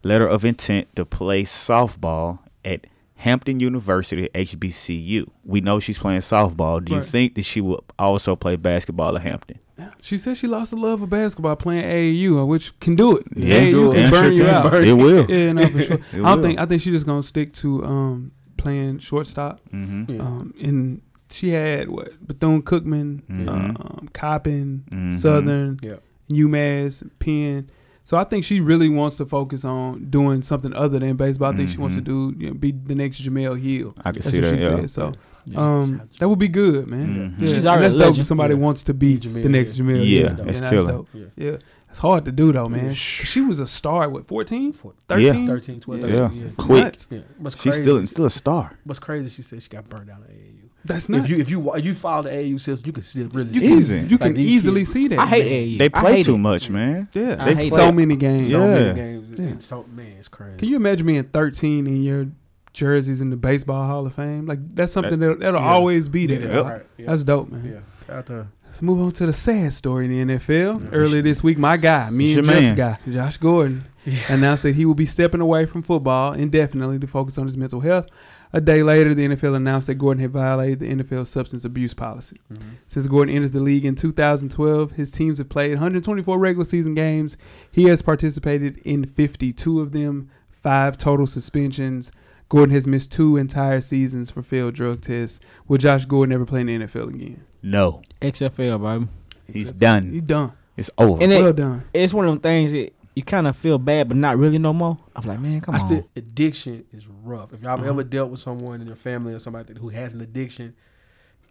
S4: letter of intent to play softball at Hampton University HBCU. We know she's playing softball. Do you
S2: Right.
S4: think that she will also play basketball at Hampton?
S2: She said she lost the love of basketball playing AAU, which can do it.
S4: Yeah,
S2: AAU
S5: do it.
S2: can
S4: Yeah,
S2: burn
S4: sure
S2: you
S4: can.
S2: out.
S4: It will.
S2: Yeah, no, for sure. I
S4: [laughs] It
S2: don't
S4: will.
S2: think I think she's just gonna stick to um, playing shortstop.
S4: Mm-hmm.
S5: Yeah.
S2: Um, and she had what Bethune Cookman,
S4: Mhm.
S2: um, Coppin,
S4: Mhm.
S2: Southern,
S5: Yeah.
S2: UMass, Penn. So I think she really wants to focus on doing something other than baseball. I think she wants to
S4: Mhm.
S2: do you know, be the next Jamel Hill.
S4: I can
S2: That's
S4: see
S2: what
S4: that.
S2: she
S4: Yeah.
S2: said. So um, that would be good, man.
S4: Mhm.
S2: Yeah.
S3: She's
S2: and
S3: already
S2: that's
S3: a
S2: dope.
S3: legend.
S2: if Somebody
S5: Yeah.
S2: wants to be
S5: Jamil,
S2: the next
S5: yeah.
S2: Jamil.
S4: Yeah,
S2: Hill.
S4: that's
S2: And
S4: killer.
S2: dope.
S5: Yeah.
S2: Yeah, it's hard to do though, man.
S5: Yeah.
S2: 'Cause She was a star. at, What 14?
S5: Four-
S2: 13?
S5: 13, 12,
S2: Yeah.
S5: 13, yeah.
S2: It's
S4: Quick.
S2: nuts.
S5: Yeah. What's
S4: She's
S5: crazy,
S4: still still a star.
S5: what's crazy, she said she got burned out at AAU.
S2: That's
S5: If
S2: nuts.
S5: you if you wa- if you follow the AAU system, you can still really
S2: You
S5: see
S2: can,
S5: it.
S4: Easy.
S2: you can
S5: Like these
S2: easily
S5: kids.
S2: see that.
S3: I hate AAU.
S4: They
S3: I
S4: play
S3: hate
S4: too
S3: it.
S4: much, man.
S2: Yeah,
S3: I
S2: they
S3: hate
S2: so
S3: it.
S2: many games.
S5: So
S4: Yeah.
S5: many games.
S2: Yeah.
S5: And so man, it's crazy.
S2: Can you imagine being 13 and your jerseys in the baseball Hall of Fame? Like that's something that, that'll
S5: Yeah.
S2: always be there.
S5: Yeah. Right. Yeah.
S2: That's dope, man.
S5: yeah. Shout out to-
S2: Let's move on to the sad story in the NFL. Earlier this week, my guy, me
S4: It's
S2: and
S4: your
S2: Jeff's
S4: man.
S2: guy, Josh Gordon, announced that he will be stepping away from football indefinitely to focus on his mental health. A day later, the NFL announced that Gordon had violated the NFL substance abuse policy.
S5: Mm-hmm.
S2: Since Gordon enters the league in 2012, his teams have played 124 regular season games. He has participated in 52 of them, five total suspensions. Gordon has missed two entire seasons for failed drug tests. Will Josh Gordon ever play in the NFL again?
S4: No,
S3: XFL, baby.
S4: he's
S2: He
S4: done.
S2: done.
S4: It's over.
S3: And
S2: Well
S3: it,
S2: done.
S3: it's one of them things that you kind of feel bad, but not really no more. I'm like, man, come
S5: I
S3: on.
S5: still addiction is rough. If y'all
S4: Uh-huh.
S5: have ever dealt with someone in your family or somebody who has an addiction,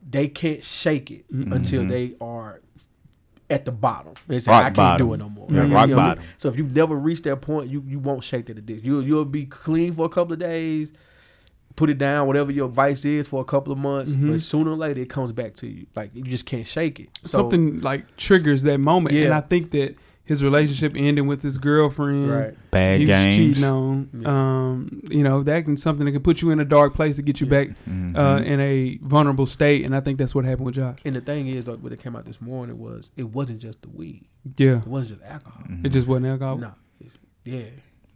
S5: they can't shake it until they are at the bottom. They say,
S4: Mm-hmm. Rock
S5: I can't
S4: bottom.
S5: do it no more.
S4: Yeah,
S5: You know
S4: rock
S5: what I mean?
S4: bottom.
S5: So if you've never reached that point, you, you won't shake that addiction. You'll, you'll be clean for a couple of days, put it down, whatever your vice is, for a couple of months.
S4: Mm-hmm.
S5: But sooner or later, it comes back to you. Like, you just can't shake it. So-
S2: something like triggers that moment. And
S5: Yeah.
S2: I think that his relationship ending with his girlfriend,
S5: Right.
S4: Bad
S2: he was
S4: games.
S2: cheating on, um, you know, that can something that can put you in a dark place to get you back
S4: Mm-hmm.
S2: uh, in a vulnerable state. And I think that's what happened with Josh.
S5: And the thing is, like, what it came out this morning was it wasn't just the weed,
S2: Yeah,
S5: it wasn't just alcohol.
S2: it just wasn't alcohol.
S5: No. It's- Yeah.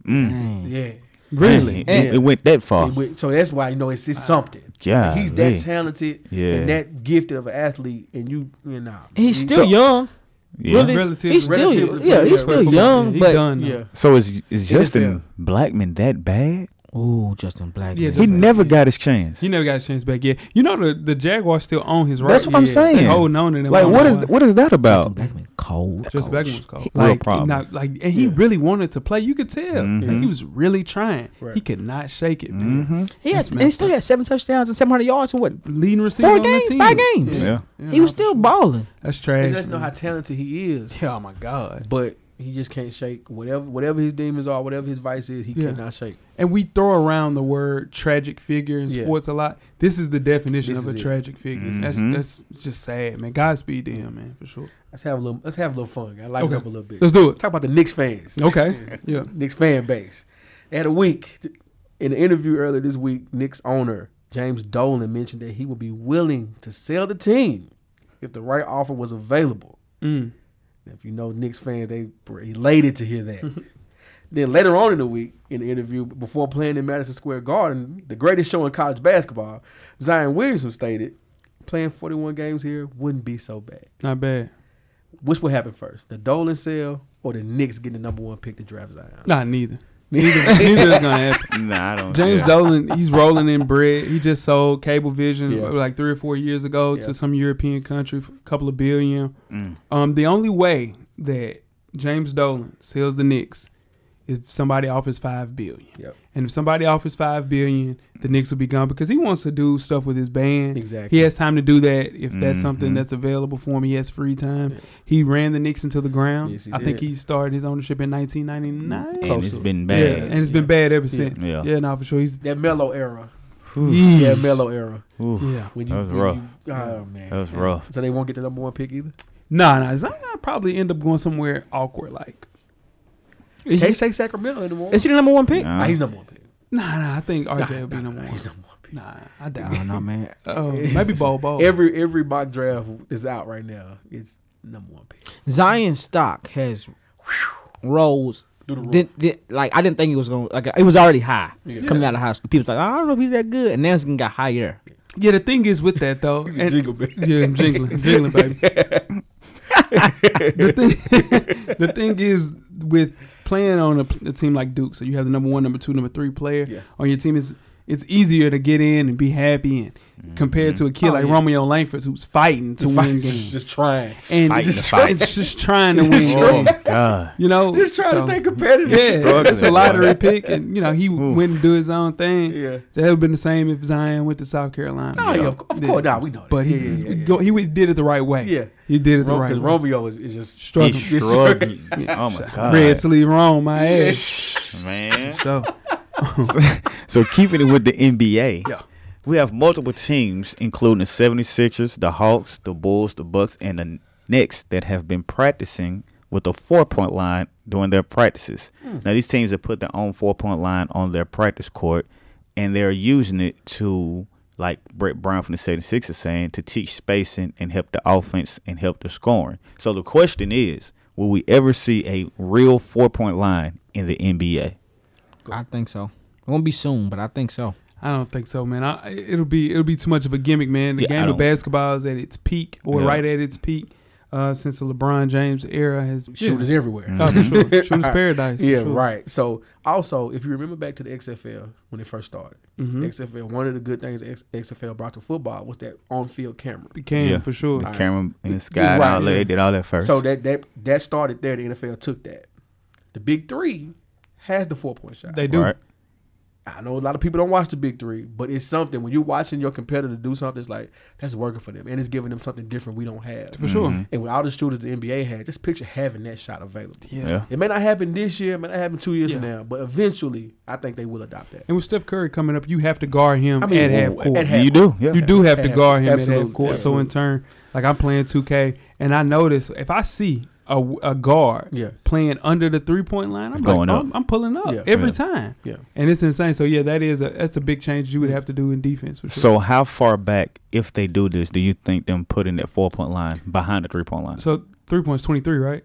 S4: Mm-hmm. Mm.
S2: Hmm.
S3: Dang.
S5: Yeah.
S2: Really,
S4: It, it went that far.
S5: It would- So that's why you know it's, it's something.
S4: Yeah,
S5: he's that talented
S4: Yeah.
S5: and that gifted of an athlete, and you, you know,
S3: He's still young.
S4: Yeah.
S3: Really?
S2: Relatively.
S3: He's still
S5: Relatively.
S3: yeah, he's
S5: Yeah,
S3: still
S5: relatively.
S2: Yeah,
S3: young,
S2: he
S3: but
S2: done. now.
S5: yeah.
S4: So is is
S5: It is
S4: Justin
S5: fair.
S4: Blackman that bad?
S3: Ooh, Justin Black.
S2: Yeah,
S3: man.
S4: He
S2: Justin-
S4: never got his chance.
S2: He never got his chance back yet. You know the the Jaguars still own his right.
S4: That's what I'm
S2: Yeah, they
S4: saying.
S2: holding on to them. I
S4: like
S2: don't
S4: what
S2: know
S4: is
S2: why.
S4: what is that
S3: Justin
S4: about?
S3: Blackman cold.
S2: Just
S3: coach.
S2: back was called.
S4: Real
S2: like, he
S4: problem.
S2: Not, like, and he
S5: Yeah.
S2: really wanted to play. You could tell
S4: Mhm.
S2: he was really trying.
S5: Right.
S2: He could not shake it. man.
S4: Mm-hmm.
S3: He, had,
S2: That's
S3: and he
S2: messed
S3: still had seven touchdowns and seven hundred yards. And what?
S2: Leading receiver on
S3: games,
S2: the team.
S3: five games.
S4: Yeah.
S2: Yeah,
S3: He was
S2: no,
S3: still balling.
S2: That's trash.
S5: just know
S2: man.
S5: how talented he is,
S2: yeah, oh my god.
S5: but he just can't shake whatever whatever his demons are, whatever his vice is. He
S2: Yeah.
S5: cannot shake.
S2: And we throw around the word tragic figure in
S5: Yeah.
S2: sports a lot. This is the definition
S5: This
S2: of a
S5: is it.
S2: tragic figure.
S4: Mhm.
S2: That's that's just sad, man. Godspeed to him, man, for sure.
S5: Let's have a little. Let's have a little fun. I lighten
S2: Okay.
S5: up a little bit.
S2: Let's do it.
S5: Talk about the Knicks fans.
S2: Okay. yeah.
S5: Knicks fan base. They had a week. In an interview earlier this week, Knicks owner James Dolan mentioned that he would be willing to sell the team if the right offer was available.
S2: Mm.
S5: If you know Knicks fans, they were elated to
S2: [laughs]
S5: hear that. then later on in the week, in the interview, before playing in Madison Square Garden, the greatest show in college basketball, Zion Williamson stated, playing 41 games here wouldn't be so bad.
S2: Not bad.
S5: Which would happen first, the Dolan sale or the Knicks getting the number one pick to draft Zion?
S2: Nah, neither. Neither neither is gonna happen. [laughs]
S4: Nah, I don't.
S2: James
S4: yeah.
S2: Dolan, he's rolling in bread. He just sold Cablevision
S5: Yeah.
S2: like three or four years ago
S5: Yeah.
S2: to some European country for a couple of billion.
S4: Mm.
S2: Um, the only way that James Dolan sells the Knicks is if somebody offers five billion.
S5: Yep.
S2: And if somebody offers five billion, the Knicks will be gone because he wants to do stuff with his band.
S5: Exactly.
S2: He has time to do that if that's something
S4: Mhm.
S2: that's available for him. He has free time.
S5: Yeah.
S2: He ran the Knicks into the ground.
S5: Yes, he
S2: I think
S5: did.
S2: he started his ownership in 1999.
S4: And it's
S5: Coastal.
S4: been
S2: Yeah, and
S4: bad.
S2: it's been
S5: Yeah.
S2: bad ever
S5: Yeah.
S2: since. Yeah,
S4: Yeah.
S2: no, for sure. He's
S5: That mellow era.
S2: yeah,
S5: Yeah, mellow era.
S4: Oof,
S2: yeah.
S5: When
S4: That was
S5: when
S4: rough.
S5: you- oh man,
S4: That was rough.
S5: So they won't get the number one pick either.
S2: Nah, nah. Zion probably end up going somewhere awkward. Like,
S5: They
S2: Is
S5: Can't
S2: he-
S5: say Sacramento anymore.
S3: Is he the number one pick?
S5: Nah,
S4: Nah.
S5: he's number one pick.
S2: nah, nah. I think RJ will be
S5: Nah,
S2: no
S5: nah,
S2: more.
S5: He's number one pick.
S2: Nah, I
S3: I
S2: doubt.
S3: don't know, man.
S2: [laughs] Oh,
S5: [laughs]
S2: maybe Bobo.
S5: Every every mock draft is out right now. It's number one pick.
S3: Zion stock has rose.
S5: Do the roll.
S3: Didn't, didn't- like I didn't think it was gonna like it was already high
S5: Yeah.
S3: coming out of high school. People was like I don't know if he's that good, and now it's gonna got higher.
S2: yeah, the thing is with that
S5: [laughs]
S2: though.
S5: He's a
S2: and-
S5: jingle bell.
S2: yeah, I'm jingling, jingling, baby. the thing, [laughs] the thing is with playing on a, p- a team like Duke, so you have the number one, number two, number three player
S5: Yeah.
S2: on your team. It's it's easier to get in and be happy in compared to a kid
S5: Oh,
S2: like
S5: yeah.
S2: Romeo Langford who's fighting to win
S5: just,
S2: games
S5: just trying,
S2: and
S4: Fighting
S2: just,
S4: the fight.
S2: it's just trying to win
S5: [laughs] Just
S2: games.
S4: Oh God.
S2: You know,
S5: just trying
S2: so-
S5: to stay competitive.
S2: Yeah, it's a
S4: Struggling,
S2: lottery
S4: boy.
S2: pick, and you know he went and do his own thing.
S5: yeah.
S2: That would have been the same if Zion went to South Carolina.
S5: No, yeah, of, of
S2: Yeah.
S5: course, nah, we know. That.
S2: Oh, But he
S5: yeah, yeah, yeah,
S2: go- he w- did it the right way.
S5: yeah.
S2: he did it the
S5: Ro-
S2: right
S5: 'cause
S2: way.
S5: Romeo is, is just
S2: Struggling.
S4: He's struggling. Oh my
S2: [laughs]
S4: God.
S2: Red sleeve Rome, my
S5: [laughs]
S2: ass.
S4: Man.
S2: So
S4: So keeping it with the NBA,
S2: Yeah.
S4: we have multiple teams, including the 76ers, the Hawks, the Bulls, the Bucks, and the Knicks that have been practicing with a four-point line during their practices. Now these teams have put their own four-point line on their practice court, and they're using it to, like Brett Brown from the 76ers is saying, to teach spacing and help the offense and help the scoring. So the question is, will we ever see a real four-point line in the NBA?
S3: I think so. It won't be soon, but I think so.
S2: I don't think so, man. I, it'll be it'll be too much of a gimmick, man. The
S4: Yeah, I
S2: game of
S4: don't-
S2: basketball is at its peak, or
S4: Yeah.
S2: right at its peak, uh, since the LeBron James era has
S5: shooters everywhere.
S4: Mm-hmm.
S2: Yeah. Oh, for sure. Shooters
S5: [laughs]
S2: paradise. for
S5: Yeah,
S2: sure.
S5: right. So also, if you remember back to the XFL when it first started,
S2: Mhm.
S5: XFL one of the good things X- XFL brought to football was that on-field camera.
S2: The cam
S4: Yeah.
S2: for sure.
S4: The
S5: Alright.
S4: camera in the sky and
S5: Right,
S4: all that.
S5: yeah.
S4: They did all that first.
S5: So that that that started there. The NFL took that. The Big Three has the four-point shot.
S2: They do.
S4: Right.
S5: I know a lot of people don't watch the Big Three, but it's something when you're watching your competitor do something. It's like that's working for them, and it's giving them something different we don't have.
S2: For sure.
S4: Mhm.
S5: And with all the shooters the NBA had, just picture having that shot available.
S2: Yeah.
S4: Yeah.
S5: It may not happen this year, it may not happen two years from
S2: Yeah.
S5: now, but eventually, I think they will adopt that.
S2: And with Steph Curry coming up, you have to guard him
S5: I mean,
S2: at half
S5: at
S2: court.
S5: half
S4: You do. Yeah.
S2: you do have to
S5: Ab-
S2: guard him at half
S5: absolutely,
S2: court. So in
S5: absolutely.
S2: turn, like I'm playing 2K, and I notice if I see a, a guard
S5: Yeah.
S2: playing under the three point line, I'm
S4: It's
S2: like,
S4: going
S2: I'm, I'm pulling up
S5: Yeah.
S2: every
S4: Yeah.
S2: time.
S5: Yeah.
S2: and it's insane. So yeah, that is a that's a big change you would have to do in defense. For sure.
S4: So how far back, if they do this, do you think them putting that four point line behind the three point line?
S2: So three points, 23, right?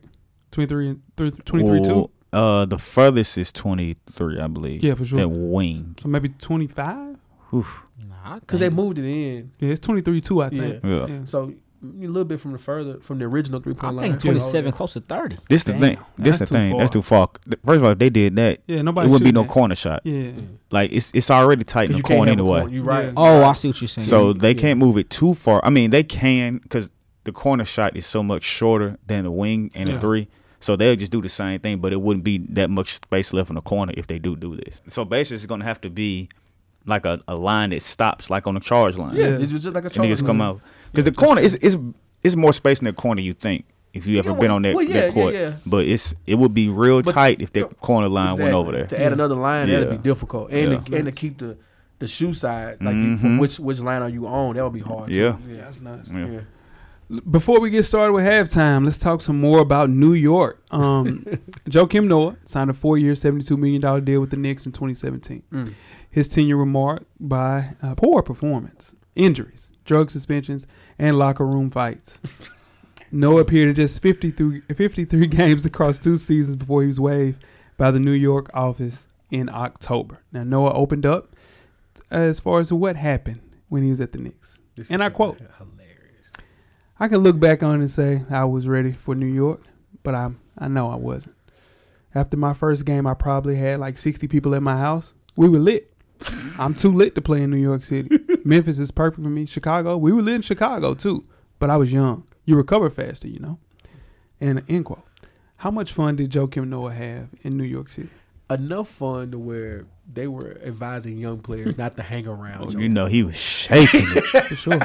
S2: 23 and th- 23 two.
S4: Well, Uh, the furthest is twenty three, I believe.
S2: Yeah, for
S4: That
S2: sure.
S4: wing.
S2: So maybe 25.
S4: Oof.
S3: Nah,
S5: Because they moved it in.
S2: Yeah, it's 23 two. I think.
S4: Yeah.
S2: Yeah.
S5: So a little bit from the further from the original three
S3: I
S5: point line.
S3: think 27, close to 30.
S4: This the
S2: Damn,
S4: thing. This the
S2: that's too
S4: thing.
S2: far.
S4: That's too far. Th- First of all, if they did that,
S2: Yeah,
S4: it
S2: nobody.
S4: wouldn't be no
S2: shooting
S4: corner shot.
S2: that. Yeah.
S4: Like it's it's already tight in the corner anyway.
S5: You right?
S2: Yeah.
S3: Oh, I see what you're saying.
S4: So they
S5: Mm-hmm. Yeah.
S4: can't move it too far. I mean, they can because the corner shot is so much shorter than the wing and
S2: Yeah.
S4: the three. So they'll just do the same thing, but it wouldn't be that much space left in the corner if they do do this. So basically, it's going to have to be like a, a line that stops, like on a charge line.
S5: Yeah,
S2: Yeah.
S5: it's just like a
S4: And niggas
S5: charge
S4: come
S5: line.
S4: out because the corner is is it's more space in the corner you think if you ever
S5: Yeah,
S4: been on that,
S5: well, yeah,
S4: that
S5: yeah,
S4: court.
S5: yeah.
S4: But it's it would be real
S5: But-
S4: tight if that
S5: yeah,
S4: corner line went
S5: Exactly.
S4: over there.
S5: To add another line, that'd
S4: Yeah.
S5: be difficult, and to,
S2: Yeah.
S5: and to keep the the shoe side, like you, from
S4: Mhm.
S5: which which line are you on? That would be hard.
S4: Yeah.
S5: too. yeah.
S2: that's nice.
S4: Yeah.
S5: yeah.
S2: Before we get started with halftime, let's talk some more about New York. Um, Joe Kim Noah signed a four-year, seventy-two million dollar deal with the Knicks in 2017.
S5: Mm.
S2: His tenure was marked by uh, poor performance, injuries, drug suspensions, and locker room fights. Noah appeared in just 53, 53 games across two seasons before he was waived by the New York office in October. Now Noah opened up as far as what happened when he was at the Knicks.
S5: This
S2: And
S5: is
S2: I quote.
S5: hilarious.
S2: I can look back on it and say I was ready for New York, but I I know I wasn't. After my first game, I probably had like 60 people at my house. We were lit. I'm too lit to play in New York City. Memphis is perfect for me. Chicago, we were lit in Chicago too, but I was young. You recover faster, you know. And end quote. How much fun did Joe Kim Noah have in New York City?
S5: Enough fun to where they were advising young players not to hang around.
S4: Oh, You know he was shaking.
S5: [laughs]
S4: it.
S2: For sure.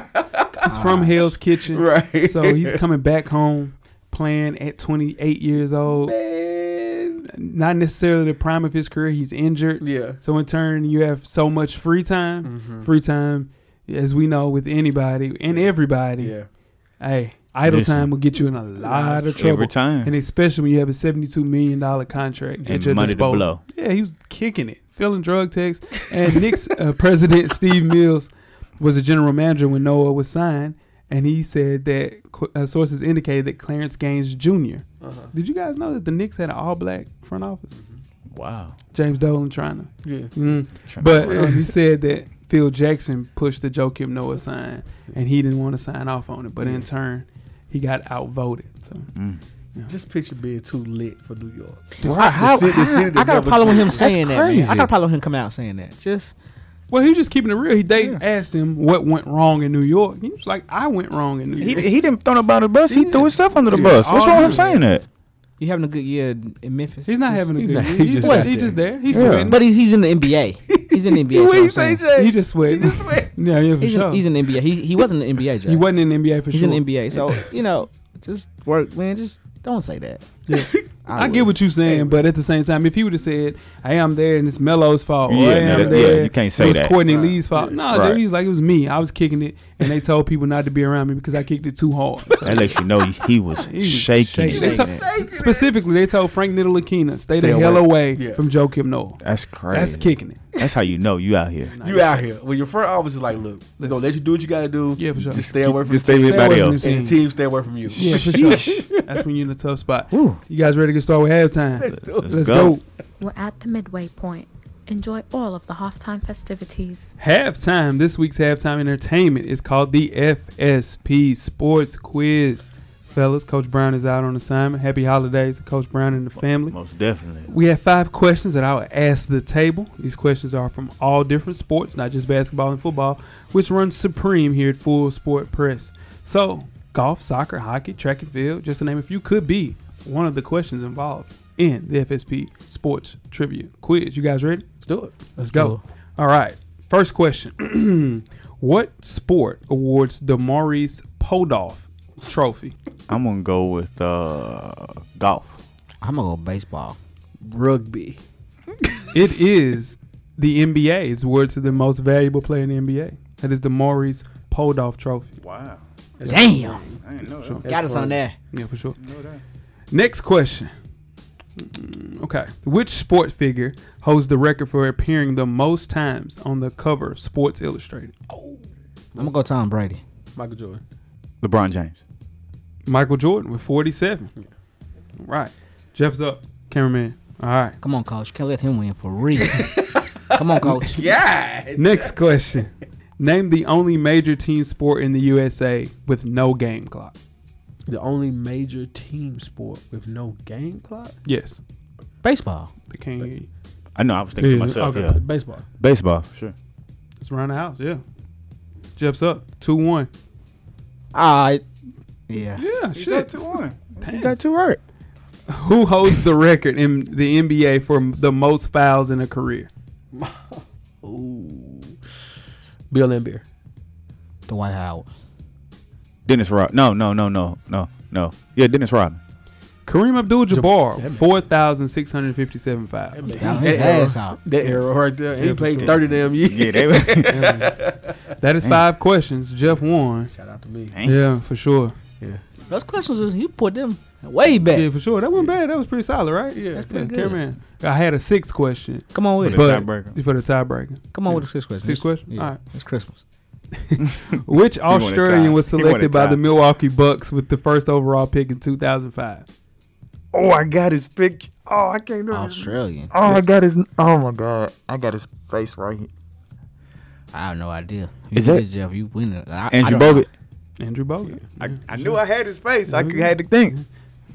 S2: He's from Hell's
S4: [laughs]
S2: Kitchen.
S5: right?
S2: So he's coming back home playing at 28 years old.
S5: Man.
S2: not necessarily the prime of his career. He's injured.
S5: Yeah.
S2: So in turn, you have so much free time. Free time, as we know, with anybody and everybody.
S5: Mm-hmm. Yeah.
S2: Hey, idle
S4: Listen.
S2: time will get you in a lot of trouble.
S4: Every time.
S2: And especially when you have a seventy-two million dollar contract at
S4: and
S2: your
S4: money
S2: disposal.
S4: to blow.
S2: Yeah, he was kicking it, filling drug texts. And Knicks uh, [laughs] president Steve Mills was a general manager when Noah was signed, and he said that qu- uh, sources indicated that Clarence Gaines Jr.
S5: Uh-huh.
S2: Did you guys know that the Knicks had an all-black front office?
S4: Wow.
S2: James Dolan trying to
S5: Yeah.
S2: Mm. But um, he said that Phil Jackson pushed the Joe Kim Noah sign, and he didn't want to sign off on it. But in turn, he got outvoted. So
S4: Mm.
S5: Just picture being too lit for New York.
S3: Why- how-
S5: city- the
S3: how-
S5: city
S3: I
S5: that
S3: got a
S5: never
S3: problem with
S5: sleep.
S3: him
S5: That's
S3: saying that. Man. I
S4: crazy.
S3: got a problem with him coming out saying that. Just
S2: well, he was just keeping it real. He they
S4: Yeah.
S2: asked him what went wrong in New York. He was like, "I went wrong in New
S4: He,
S2: York."
S4: he didn't throw nobody the bus. He
S2: Yeah.
S4: threw himself under the
S2: Yeah,
S4: bus.
S2: all
S4: What's wrong
S2: night.
S4: with him saying that?
S3: you having a good year in in Memphis.
S2: He's not
S3: Just-
S2: having a
S5: he's
S2: good.
S5: not-
S3: [laughs]
S2: year.
S5: he
S2: He's
S5: just
S2: just,
S5: out
S2: he
S5: there.
S2: just there. He's
S4: Yeah.
S2: sweating.
S3: But he's, he's in the NBA. He's in the NBA.
S5: What
S3: is what
S5: you
S3: I'm
S5: say,
S3: saying.
S5: Jay?
S2: he just sweating. yeah, yeah, for
S3: He's,
S2: sure.
S3: in, he's in the NBA. He he wasn't in the NBA. Jay.
S2: he wasn't in the NBA for
S3: he's
S2: sure.
S3: in the NBA. So you know, just work, man. Just don't say that.
S2: Yeah. I, get
S3: would.
S2: what you're saying, but at the same time, if he would have said, "Hey, I'm there," and it's Melo's fault, or,
S4: Yeah,
S2: "Hey,
S4: no,
S2: I'm
S4: that-
S2: there,"
S4: yeah, you can't say
S2: it was
S4: that.
S2: Courtney Lee's fault. No,
S4: Right.
S2: dude, he was like, "It was me. I was kicking it, and they told people not to be around me because I kicked it too hard." So,
S4: That lets you know he
S2: [laughs]
S4: was
S2: he was
S4: shaking.
S2: shaking.
S4: it.
S2: They told- specifically, they told Frank Nitalakina, "Stay, the hell away,
S5: Yeah.
S2: from Joe Kim Noah."
S4: That's crazy.
S2: That's kicking it.
S4: That's how you know you out here.
S5: You out here. When your front office is like, look, we're gonna let you do what you gotta do.
S2: Yeah, for sure.
S5: Just stay away from
S4: Just
S5: the
S4: stay
S5: team.
S4: with everybody
S2: away from
S4: else.
S2: this
S5: And the team stay away from you.
S2: Yeah,
S4: [laughs]
S2: for sure. That's when you're in a tough spot.
S4: Ooh.
S2: You guys ready to get started with halftime?
S5: Let's do it.
S4: Let's
S2: Let's
S4: go.
S2: go.
S1: We're at the midway point. Enjoy all of the halftime festivities.
S2: Halftime. This week's halftime entertainment is called the FSP Sports Quiz. Fellas, Coach Brown is out on assignment. Happy holidays to Coach Brown and the family.
S4: Most definitely.
S2: We have five questions that I will ask the table. These questions are from all different sports, not just basketball and football, which runs supreme here at Full Sport Press. So, golf, soccer, hockey, track and field, just to name a few, could be one of the questions involved in the FSP Sports Trivia Quiz. You guys ready?
S5: Let's do it.
S2: Let's go. All right. First question. [clears throat] what sport awards the Maurice Podolf trophy?
S4: I'm gonna go with uh, golf.
S3: I'm gonna go baseball.
S5: Rugby.
S2: It is the NBA. It's awarded to the most valuable player in the NBA. That is the Maurice Podolf trophy.
S4: Wow.
S3: Damn,
S4: I didn't know
S2: Sure.
S4: that.
S3: got us on there.
S2: Yeah, for sure.
S4: Know that.
S2: Next question. Mm, Okay. Which sport figure holds the record for appearing the most times on the cover of Sports Illustrated?
S3: I'm gonna go Tom Brady.
S5: Michael Jordan.
S4: LeBron James.
S2: Michael Jordan with 47. All right. Jeff's up. Cameraman. All right. [laughs]
S3: Come on, coach. Can't let him win for real. Come on, coach.
S5: Yeah.
S2: Next question. Name the only major team sport in the USA with no game clock.
S5: The only major team sport with no game clock?
S2: Yes.
S3: Baseball.
S2: They can't hear you.
S4: I know. I was thinking to
S2: Yeah,
S4: myself.
S2: okay.
S4: Yeah.
S5: Baseball.
S4: Baseball. Sure.
S2: It's around the house, yeah. Jeff's up. 2 1.
S3: Ah, yeah.
S2: Yeah, shit.
S4: one.
S2: Damn.
S4: You got two right.
S2: Who holds the record in the NBA for m- the most fouls in a career?
S5: Ooh. Bill Laimbeer.
S3: The one Howard.
S4: Dennis Rod. No, no, no, no, no, no. Yeah,
S2: [laughs]
S4: Dennis Rodman.
S2: Kareem Abdul
S5: Jab-
S2: Jabbar,
S5: damn it.
S2: 4,657 fouls.
S3: Down his ass out.
S5: That arrow right there. And
S2: Yeah,
S5: he
S2: for
S5: played
S2: sure.
S5: 30 damn years.
S4: Yeah, [laughs] they were.
S2: That is
S4: Damn.
S2: five questions. Jeff won.
S5: Shout out to me.
S2: Yeah, for sure.
S3: Those questions, you put them way back.
S2: Yeah, for sure. That wasn't bad. That was pretty solid, right? Yeah,
S5: That's
S3: pretty good.
S2: Cameraman. I had a sixth question
S3: Come on with it.
S2: But-
S4: tiebreaker.
S2: for the tiebreaker.
S3: Come on with the six questions.
S2: Six questions?
S3: Yeah.
S2: All right.
S3: It's Christmas.
S2: Which
S4: wanted
S2: Australian
S4: time.
S2: was
S4: He wanted
S2: selected by the
S4: time.
S2: Milwaukee Bucks with the first overall pick in 2005?
S4: Oh, I got his picture. Oh, I can't remember.
S3: Australian.
S4: Oh, I got his. Oh my God, I got his face right here.
S3: I have no idea. You
S4: Is that-
S3: is Jeff? You win it. I, I
S4: Andrew
S3: don't
S4: Bogut.
S2: Andrew Bogut.
S4: I, I knew I had his face. I could- had to think.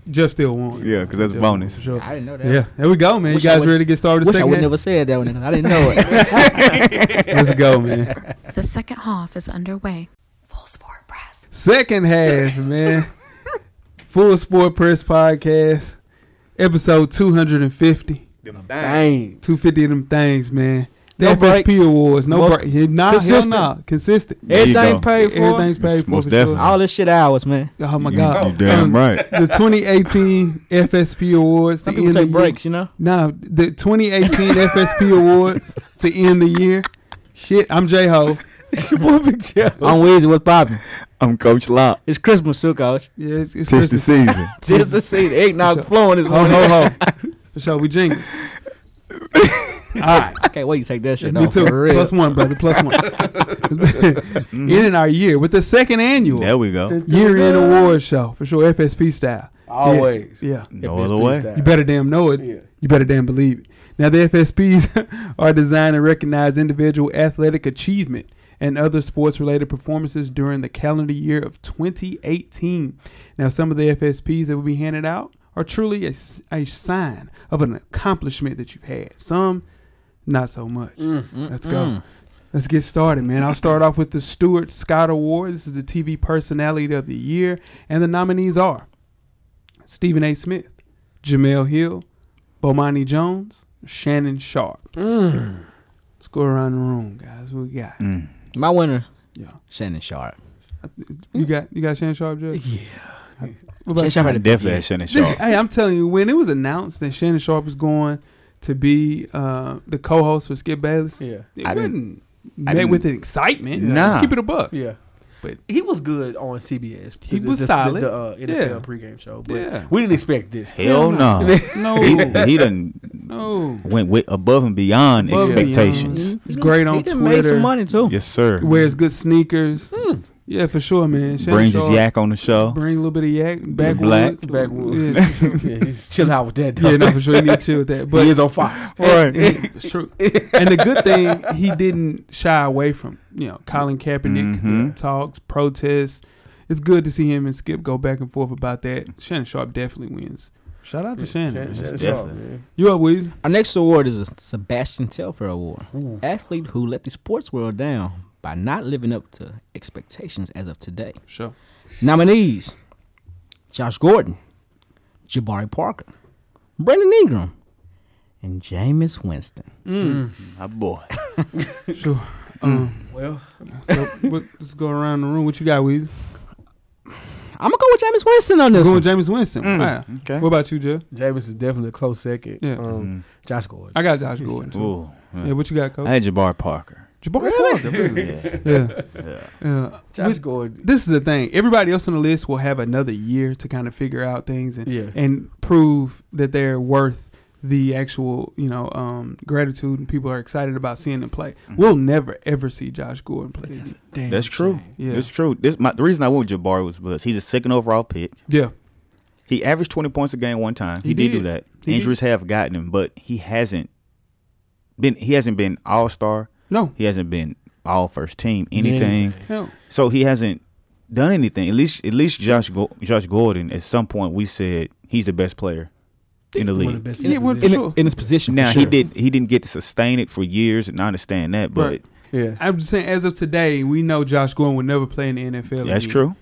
S2: Jeff still won.
S4: Yeah, 'cause that's a
S2: Jeff
S4: bonus.
S2: won, for sure.
S3: know. I didn't know that.
S2: Yeah, there we go, man.
S3: Wish
S2: you
S3: I
S2: guys
S3: would-
S2: ready to get started?
S3: Wish I
S2: second
S3: would
S2: half?
S3: never said that one because I didn't know it.
S2: Let's go,
S3: [laughs]
S2: man.
S1: The second half is underway. Full Sport Press.
S2: Second half, man. Full Sport Press Podcast, episode 250.
S4: Them
S5: Dang.
S2: 250 of them things, man. The
S3: No
S2: FSP
S3: breaks.
S2: Awards, no
S3: Most
S2: break. Yeah, Nah,
S3: consistent.
S2: Hell nah. Consistent.
S4: There you
S3: Everything
S4: go.
S3: paid for.
S2: Everything's paid
S4: Most
S2: for. for
S4: definitely.
S2: sure.
S3: [laughs] All this shit hours, man.
S2: Oh, my
S4: You-
S2: God.
S4: You damn
S2: Um,
S4: right.
S2: The 2018 FSP Awards.
S3: Some
S2: to
S3: people
S2: end
S3: take
S2: the year-
S3: breaks,
S2: [laughs]
S3: you know.
S2: No, the 2018 FSP Awards to end the year. Shit, I'm J Ho.
S5: It's your
S3: [laughs]
S5: boy Big Jeff.
S3: I'm Weezy. What's poppin'?
S4: I'm Coach Lop.
S3: It's Christmas too, coach.
S2: Yeah, it's, it's
S4: Tis the
S2: Christmas. [laughs]
S4: season.
S3: Tis the season.
S2: Sure.
S3: Eggnog flowing this
S2: Ho,
S3: morning.
S2: ho, ho. [laughs] For sure, we
S4: [laughs]
S2: jingle. All right.
S3: I can't wait to take
S2: [laughs]
S3: that shit
S2: Me
S3: off.
S2: too.
S3: For real. Mm-hmm.
S2: Plus one, brother. Plus one. [laughs] Ending our year with the second annual
S4: There we go.
S2: year end awards show for sure, FSP style.
S5: Always.
S2: Yeah,
S4: No other way.
S2: you better damn know it.
S5: Yeah.
S2: You better damn believe it. Now the FSPs [laughs] are designed and recognize individual athletic achievement and other sports related performances during the calendar year of 2018. Now some of the FSPs that will be handed out are truly a, s- a sign of an accomplishment that you've had. Some not so much. Let's go.
S3: Mm.
S2: Let's get started, man. I'll start off with the Stuart Scott Award. This is the TV Personality of the Year, and the nominees are Stephen A. Smith, Jamel Hill, Bomani Jones, Shannon Sharp.
S5: Mm-hmm.
S2: Let's go around the room, guys. What we got?
S4: Mm.
S3: My winner,
S2: Yeah.
S3: Shannon Sharp.
S2: You got you got Shannon Sharp, Jeff? Yeah. What
S3: Shannon
S2: about
S3: Sharp
S4: I
S3: had a
S4: definitely had Shannon
S2: [laughs] this,
S4: Sharp.
S2: hey, I'm telling you, when it was announced that Shannon Sharp was going to be uh, the co-host for Skip Bayless,
S5: Yeah.
S2: it
S4: I didn't-
S2: wasn't
S4: I
S2: met
S4: didn't-
S2: with an excitement.
S4: Nah.
S2: Let's keep it a buck.
S5: Yeah.
S2: But-
S5: he was good on CBS.
S2: He
S5: The- the-
S2: was
S5: the,
S2: solid.
S5: The, uh, NFL
S2: Yeah.
S5: pregame show. But
S2: Yeah.
S5: we didn't expect this.
S4: Hell no.
S2: No,
S4: he, he done
S2: no.
S4: went way above and beyond
S2: Above and
S4: expectations.
S2: He's great on
S3: Mm-hmm. he done made
S2: Twitter.
S3: some money too.
S4: Yes, sir.
S2: Wears good sneakers. Yeah, for sure, man. Shannon
S4: Brings his
S2: Sharp,
S4: yak on the show.
S2: Bring a little bit of yak.
S4: black.
S2: Backwoods.
S5: Backwoods.
S2: Yeah,
S5: [laughs] yeah, he's chill out with that. Though.
S2: yeah, no, for sure. You need to chill with
S4: [laughs]
S2: that.
S5: But
S2: But
S5: [laughs] he
S2: [laughs]
S5: is on Fox.
S4: Right.
S2: It's true. and the good thing he didn't shy away from, you know, Colin Kaepernick
S4: Mhm.
S2: uh, talks, protests. It's good to see him and Skip go back and forth about that. Shannon Sharp definitely wins. Shout out to Shannon. man.
S5: Shannon Sharp,
S4: Definitely.
S5: man.
S2: You up, Weezy?
S3: Our next award is a Sebastian Telfair Award.
S5: Ooh.
S3: Athlete who let the sports world down by not living up to expectations as of today.
S2: Sure.
S3: Nominees Josh Gordon, Jabari Parker, Brandon Ingram, and Jameis Winston.
S2: Mm.
S4: My boy.
S2: [laughs] Sure. Um,
S5: Well,
S4: Mm.
S2: so what, let's go around the room. What you got, Weezy?
S3: I'm going to go with Jameis Winston on
S2: We're
S3: this
S2: going
S3: one.
S2: with James Winston. Mm.
S4: Mm.
S2: Wow.
S4: Okay. Mm.
S2: What about you, Jeff?
S5: Jameis is definitely a close second.
S2: Yeah.
S5: Um,
S4: Mm-hmm.
S5: Josh Gordon.
S2: I got Josh Gordon. Too.
S4: Ooh. mm.
S2: Yeah, what you got,
S4: I
S2: Coach?
S4: had Jabbar Parker.
S2: Jabari Parker, really?
S4: Yeah.
S2: Yeah.
S4: yeah.
S2: yeah.
S5: Josh
S2: With-
S5: Gordon.
S2: this is the thing. Everybody else on the list will have another year to kind of figure out things and
S5: Yeah.
S2: and prove that they're worth the actual, you know, um, gratitude and people are excited about seeing them play.
S4: Mm-hmm.
S2: We'll never ever see Josh Gordon play.
S5: Damn
S4: That's true.
S5: shame.
S2: Yeah.
S4: That's true. This my the reason I went with Jabbar was because he's a second overall pick.
S2: Yeah.
S4: He averaged twenty points a game one time. He,
S2: He
S4: did.
S2: did.
S4: do that.
S2: He did.
S4: Injuries have gotten him, but he hasn't been he hasn't been all star.
S2: No.
S4: He hasn't been all first team, anything.
S2: Hell,
S4: So he hasn't done anything. At least, at least Josh Go- Josh Gordon. At some point, we said he's the best player in the
S5: One of
S4: league.
S5: the best
S2: Yeah,
S5: in
S2: well,
S5: the
S3: in,
S5: position.
S2: Sure.
S3: in his position. for
S4: Now he
S3: sure.
S4: did he didn't get to sustain it for years, and I understand that, but
S2: Right.
S5: Yeah.
S2: I'm just saying, as of today, we know Josh Gordon would never play in the NFL.
S4: that's
S2: again.
S4: true.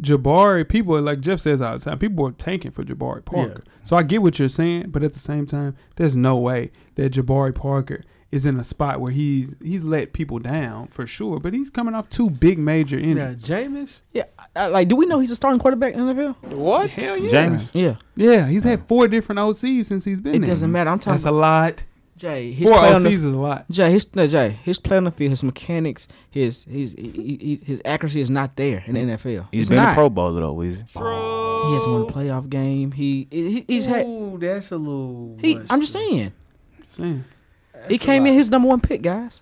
S2: Jabari, people like Jeff says all the time, people are tanking for Jabari Parker. So I get what you're saying, but at the same time, there's no way that Jabari Parker is in a spot where he's he's let people down for sure. But he's coming off two big major
S5: Now,
S2: injuries.
S5: Jameis.
S3: Yeah, I- I- like, do we know he's a starting quarterback in the NFL?
S5: What?
S2: Hell yeah,
S4: James,
S3: Yeah,
S2: Yeah, he's had four different OCs since he's been.
S3: it
S2: there.
S4: Mm-hmm.
S3: doesn't matter. I'm talking
S2: That's a
S3: about
S2: lot.
S3: Jay. His
S2: Four
S3: play on
S2: OCs
S3: the
S2: is a lot.
S3: Jay, his no, Jay, his play on the field, his mechanics, his his he, he, his accuracy is not there in the NFL.
S4: he's
S3: It's
S4: been
S3: not.
S4: a Pro Bowler though, is
S3: He
S4: he?
S3: hasn't won a playoff game. He he- he's had.
S5: Ooh, that's a little.
S3: He,
S5: much.
S3: I'm just saying.
S2: Saying.
S3: he
S5: a
S3: came in
S5: lot.
S3: his number one pick, guys.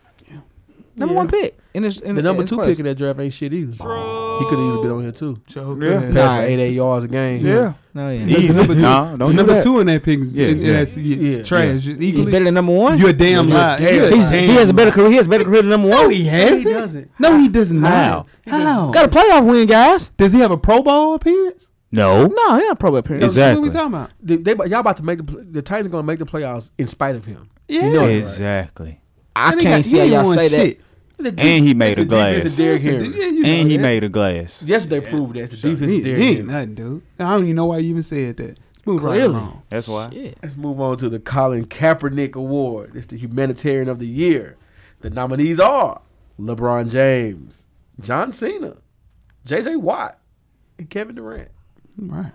S3: Number
S5: Yeah.
S3: one pick. In his, in
S5: The number
S3: in
S5: two
S3: class.
S5: pick in that draft ain't shit either. He could have easily been on here too.
S2: Joe
S4: Yeah.
S2: Craig.
S5: Pass
S3: Nah.
S5: for eight, eight yards a game.
S2: Yeah.
S3: No, yeah.
S2: He- Number- number two.
S4: no, don't do
S2: number
S4: that.
S2: two in that pick is
S4: Yeah,
S2: in- in
S4: yeah.
S2: that- yeah,
S5: Yeah.
S2: trash. Just
S3: he's
S2: equally-
S3: better than number one.
S2: You're a damn
S5: You're a
S2: liar.
S5: damn
S2: You're a
S5: liar.
S3: He's,
S2: damn
S3: he has a better
S2: liar.
S3: career. He has a better career than number one.
S2: No, he
S5: He
S2: hasn't.
S5: doesn't.
S2: No, he does not. How?
S3: Got a playoff win, guys.
S2: Does he have a Pro Bowl appearance?
S4: No,
S3: No, he not a pro appearance.
S4: Is that- Exactly.
S2: What we talking about?
S5: They, they, y'all about to make the pl- the Titans gonna make the playoffs in spite of him.
S2: Yeah.
S5: You know it.
S4: exactly.
S3: I can't see how y'all say that.
S4: And he made a glass.
S5: Defense of Derrick Henry.
S4: And he made a glass.
S5: Yes, they proved that. The defense
S2: he,
S5: of Derrick
S2: he ain't
S5: Henry.
S2: nothing, dude. I don't even know why you even said that. Let's move right
S3: Clearly.
S2: along.
S4: That's why.
S3: Yeah.
S5: Let's move on to the Colin Kaepernick Award. It's the Humanitarian of the Year. The nominees are LeBron James, John Cena, J.J. Watt, and Kevin Durant.
S2: Right.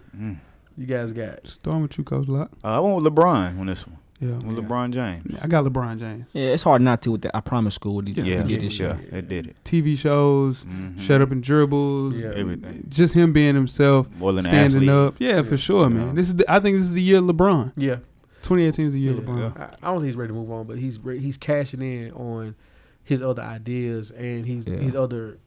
S5: You guys got it.
S2: Starting with you, Coach Lock.
S4: Uh, I went with LeBron on this one.
S2: Yeah.
S4: With LeBron James.
S2: I got LeBron James.
S3: Yeah, it's hard not to with that. I promise school would
S4: Yeah, yeah,
S3: get this year.
S4: it did it.
S2: TV shows,
S4: Mhm.
S2: Shut Up and Dribbles.
S5: Yeah.
S4: Everything.
S2: Just him being himself,
S4: More than an
S2: standing
S4: athlete.
S2: up. Yeah, for sure, man. This is. The, I think this is the year of LeBron.
S5: Yeah.
S2: 2018 is the year of
S5: Yeah.
S2: LeBron.
S5: I, I don't think he's ready to move on, but he's re- he's cashing in on his other ideas and he's
S3: Yeah.
S5: his other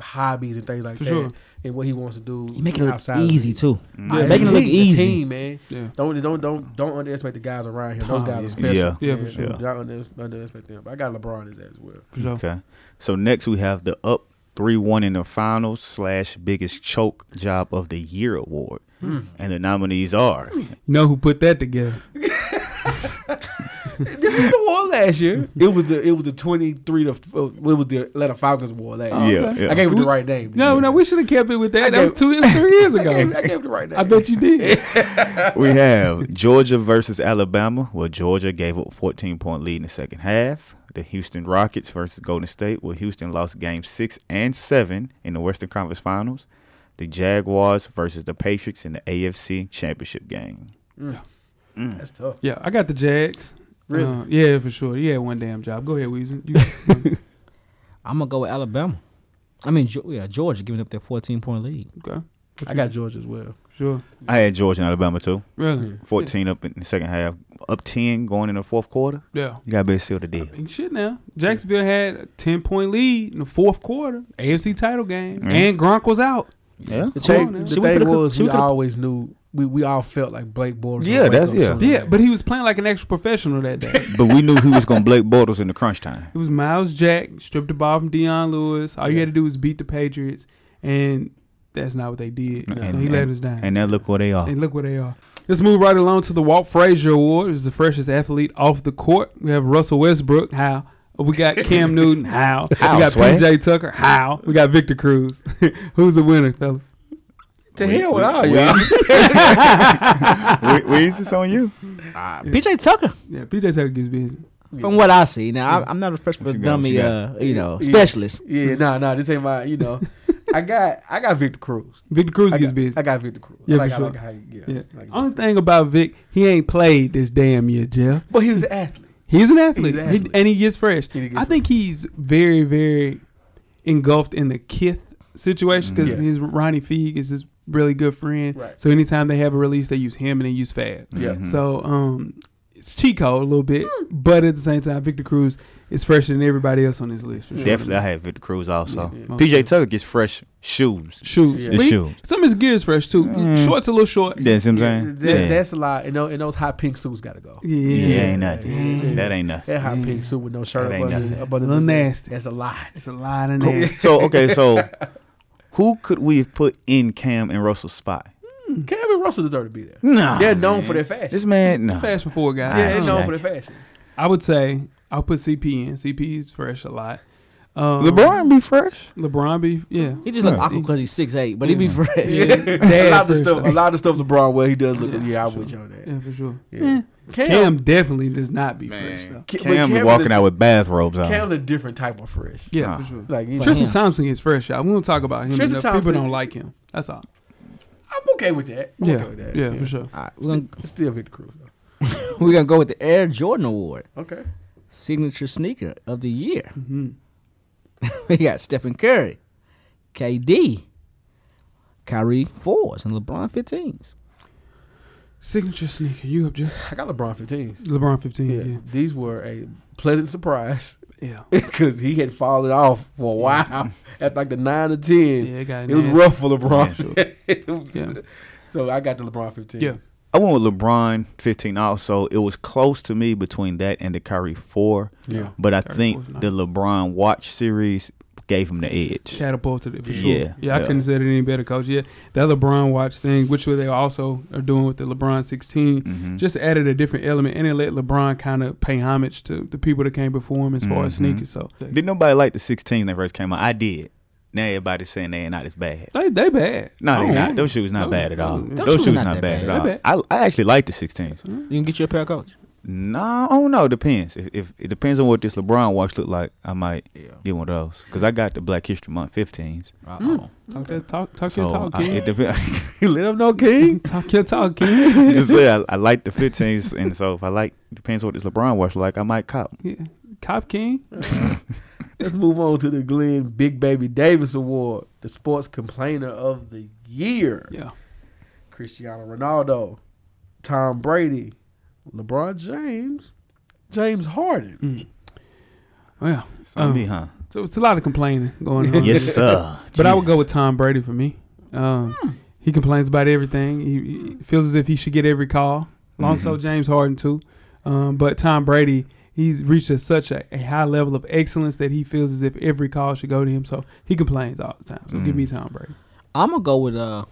S5: hobbies and things like
S2: For
S5: that,
S2: sure.
S5: and what he wants to do.
S3: You making it look
S5: outside of
S3: easy
S5: it.
S3: too.
S4: Mhm.
S3: Yeah,
S5: The
S3: making it look
S5: team-
S3: easy.
S5: The team, man.
S2: Yeah.
S5: Don't don't don't don't underestimate the guys around him.
S2: Oh,
S5: Those guys
S2: yeah.
S5: are special.
S4: Yeah.
S2: Yeah, for sure.
S5: Don't under- underestimate them. But I got LeBron in that as well.
S2: For sure.
S4: Okay. So next we have the up three one in the finals slash biggest choke job of the year award. And the nominees are
S2: You know who put that together?
S5: this was the war last year. It was the it was the twenty three to uh, it was the Atlanta Falcons war last
S4: Yeah,
S5: year.
S4: okay. yeah.
S5: I gave it the right name.
S2: Oh, No, no, we should have kept it with that.
S5: I
S2: that was
S5: gave-
S2: two, it was three years
S5: [laughs] I gave,
S2: ago.
S5: [laughs] I gave it the right name.
S2: I bet you did.
S4: we have Georgia versus Alabama, where Georgia gave up fourteen point lead in the second half. The Houston Rockets versus Golden State, where Houston lost game six and seven in the Western Conference Finals. The Jaguars versus the Patriots in the AFC Championship game.
S5: Hmm. That's tough.
S2: [laughs] yeah, I got the Jags.
S5: Really?
S2: Uh, yeah, for sure. You had one damn job. Go ahead, Weezy. You,
S5: [laughs]
S3: I'm gonna go with Alabama. I mean, Ge- yeah, Georgia giving up their 14 point lead.
S2: okay.
S5: I got Georgia as well.
S2: Sure.
S4: I had Georgia and Alabama too.
S2: Really?
S4: Fourteen up in the second half, up ten going in the fourth quarter.
S2: Yeah.
S4: You gotta better seal the deal.
S2: And shit now. Jacksonville had a 10 point lead in the fourth quarter, AFC title game,
S4: Mhm.
S2: and Gronk was out.
S4: Yeah.
S2: Come
S5: The, thing-
S2: on now.
S5: the
S3: Should we
S5: thing
S3: put a-
S5: was,
S3: should we
S5: we
S3: put a-
S5: always knew we, we all felt like Blake Bortles.
S4: Yeah,
S5: was
S4: that's-
S5: Waco
S4: yeah.
S5: sooner
S2: Yeah,
S5: or
S2: but he was playing like an actual professional that
S5: [laughs]
S2: day.
S4: but we knew he was gonna Blake Bortles in the crunch time.
S2: it was Miles Jack, stripped the ball from Deion Lewis. All you
S5: Yeah.
S2: had to do was beat the Patriots, and that's not what they did.
S4: And-
S2: And he let
S4: and-
S2: us down.
S4: And now look where they
S5: Oh.
S4: are.
S2: And look where they are. Let's move right along to the Walt Frazier Award. This is the freshest athlete off the court. We have Russell Westbrook. How? We got
S5: [laughs]
S2: Cam Newton. How?
S4: How,
S2: we got
S4: Sway?
S2: PJ Tucker. How? We got Victor Cruz. [laughs] Who's the winner, fellas?
S5: To hell with all
S4: we-
S5: y'all.
S4: we, [laughs] we, this on you.
S3: PJ Tucker,
S2: Yeah, PJ Tucker gets busy.
S3: from what I see, now I, I'm not a fresh
S4: What
S3: for
S4: you got, what
S3: dummy,
S4: you
S3: uh, you know,
S5: Yeah.
S3: specialist.
S5: Yeah, nah, nah. This ain't my. You know, I got I got Victor Cruz.
S2: Victor Cruz
S5: I
S2: gets
S5: got,
S2: busy.
S5: I got Victor Cruz.
S2: Yeah,
S5: I like,
S2: for
S5: I like
S2: sure.
S5: how you, yeah,
S2: yeah.
S5: like-
S2: Only thing about Vic, he ain't played this damn year, Jeff.
S5: but he was an athlete.
S2: He's an athlete,
S5: He's an
S2: He-
S5: athlete.
S2: and he gets fresh.
S5: He gets
S2: I think he's very, very engulfed in the Kith situation because
S5: Mm, Yeah.
S2: his Ronnie Feig is his really good friend.
S5: Right.
S4: Mm-hmm.
S2: So anytime they have a release, they use him and they use Fab.
S5: Yeah.
S4: Mhm.
S2: So um, it's cheat code a little bit,
S3: Hmm.
S2: but at the same time, Victor Cruz is fresher than everybody else on this list. For sure.
S4: Definitely, I had Victor Cruz also.
S5: Yeah,
S4: PJ Tucker gets fresh shoes.
S2: shoes.
S5: Yeah.
S4: The
S2: But he-
S4: shoes.
S2: Some of his gear is fresh too.
S4: Mm.
S2: Shorts a little short.
S4: That's what I'm saying.
S5: That-
S4: yeah.
S5: That's a lot. And, tho- and those hot pink suits got to go.
S2: Yeah,
S4: yeah, ain't
S5: Yeah.
S4: nothing. That
S5: [laughs]
S4: ain't nothing.
S5: That hot pink suit with no shirt
S4: That
S5: up
S4: ain't
S5: under,
S4: nothing.
S5: up under
S2: Little
S5: this-
S2: nasty.
S5: That's a lot.
S2: it's a lot in there.
S4: So okay, so who could we have put in Cam and Russell's spot?
S5: Kevin Russell deserve to be there.
S4: No,
S5: They're known for their fashion.
S4: This man, [laughs] no.
S2: Fashion forward guy.
S5: yeah, they're
S4: I
S5: known
S4: like
S5: for their fashion.
S2: I would say I'll put CP in. CP is fresh a lot. Um,
S4: LeBron be fresh.
S2: LeBron be yeah.
S3: He just look
S4: Yeah.
S3: awkward because he's six eight, but he be
S2: Yeah.
S3: fresh.
S2: [laughs]
S5: Yeah. a lot of the
S2: first
S5: stuff. A
S2: time.
S5: lot of the stuff LeBron well he does look.
S2: Yeah,
S5: Yeah, I'm
S2: sure.
S5: with you on that.
S2: Yeah, for sure.
S5: Yeah. Cam,
S2: Cam definitely does not be fresh
S4: Man,
S2: though.
S5: Cam- but
S4: Cam be
S5: Cam's
S4: walking
S5: a-
S4: out with bathrobes on.
S5: Cam's a different type of fresh.
S2: Yeah,
S4: Nah.
S2: for sure.
S5: Like you know,
S3: Fresh.
S2: Tristan
S3: Yeah.
S2: Thompson is fresh out. We don't talk about him.
S5: Tristan
S2: enough.
S5: Thompson-
S2: People don't like him. That's all.
S5: I'm okay with that. I'm
S2: Yeah,
S5: okay with that.
S2: yeah, for sure.
S3: [laughs] All right, we're
S5: Still,
S3: gonna
S5: still Victor Cruz. though.
S3: we're gonna go with the Air Jordan Award,
S5: Okay.
S3: signature sneaker of the year. [laughs]
S5: Mm-hmm.
S2: hmm
S3: We got Stephen Curry, KD, Kyrie fours, and LeBron fifteens.
S2: Signature sneaker. You up, Jeff?
S5: I got LeBron 15.
S2: LeBron
S5: Yeah.
S2: 15. Yeah.
S5: These were a pleasant surprise [laughs]
S2: Yeah.
S5: because he had fallen off for a while at like the nine or ten.
S2: Yeah, it got
S5: It was
S2: nasty.
S5: rough for LeBron.
S2: Yeah.
S5: [laughs] It was- uh,
S2: Yeah.
S5: So I got the LeBron 15.
S2: Yeah.
S4: I went with LeBron 15 also. It was close to me between that and the Kyrie 4,
S5: [laughs] Yeah.
S4: but I
S2: Kyrie
S4: think
S2: four's nice.
S4: the LeBron watch series gave him the edge.
S2: catapulted it for sure.
S4: Yeah,
S2: Yeah, I
S4: yeah.
S2: couldn't say it any better, Coach. Yeah, that LeBron watch thing, which they also are doing with the LeBron 16,
S4: Mhm.
S2: just added a different element and it let LeBron kind of pay homage to the people that came before him as far as
S4: Mhm.
S2: sneakers. So
S4: Did nobody like the 16 that first came out? I did. Now everybody's saying they're not as bad.
S2: they they bad.
S4: No,
S2: Oh,
S4: they not. Those shoes not
S2: no,
S4: bad at all.
S2: no,
S4: oh, Those,
S2: no.
S4: shoes, not, bad,
S2: bad. They
S4: at all. I, I actually like the 16s.
S3: You can get you a pair, coach.
S4: No, I don't know. It depends. If, if it depends on what this LeBron watch look like, I might
S3: Yeah.
S4: get one of those because I got the Black History Month 15s.
S3: Uh-oh.
S2: Talk that talk, talk your
S4: So
S2: talk,
S4: I, it
S2: kid.
S4: [laughs] depends.
S5: Let him know, King.
S2: Talk your talk, kid.
S4: [laughs] just say I, I like the 15s, and so if I like, depends what this LeBron watch like, I might cop.
S2: Yeah. Cop King.
S5: Let's move on to the Glenn Big Baby Davis Award, the Sports Complainer of the Year.
S2: Yeah.
S5: Cristiano Ronaldo, Tom Brady, LeBron James, James Harden.
S2: Mm. Well,
S4: Some
S2: Um,
S4: me, huh?
S2: so it's a lot of complaining going on. [laughs]
S4: yes, sir.
S2: But I would
S4: Jesus.
S2: go with Tom Brady for me. Um,
S3: Hmm.
S2: He complains about everything. He, he feels as if he should get every call. Long so
S4: Mhm.
S2: James Harden too. Um, but Tom Brady, he's reached a, such a, a high level of excellence that he feels as if every call should go to him. So he complains all the time. So give
S4: Mm.
S2: me Tom Brady.
S3: I'm gonna go with uh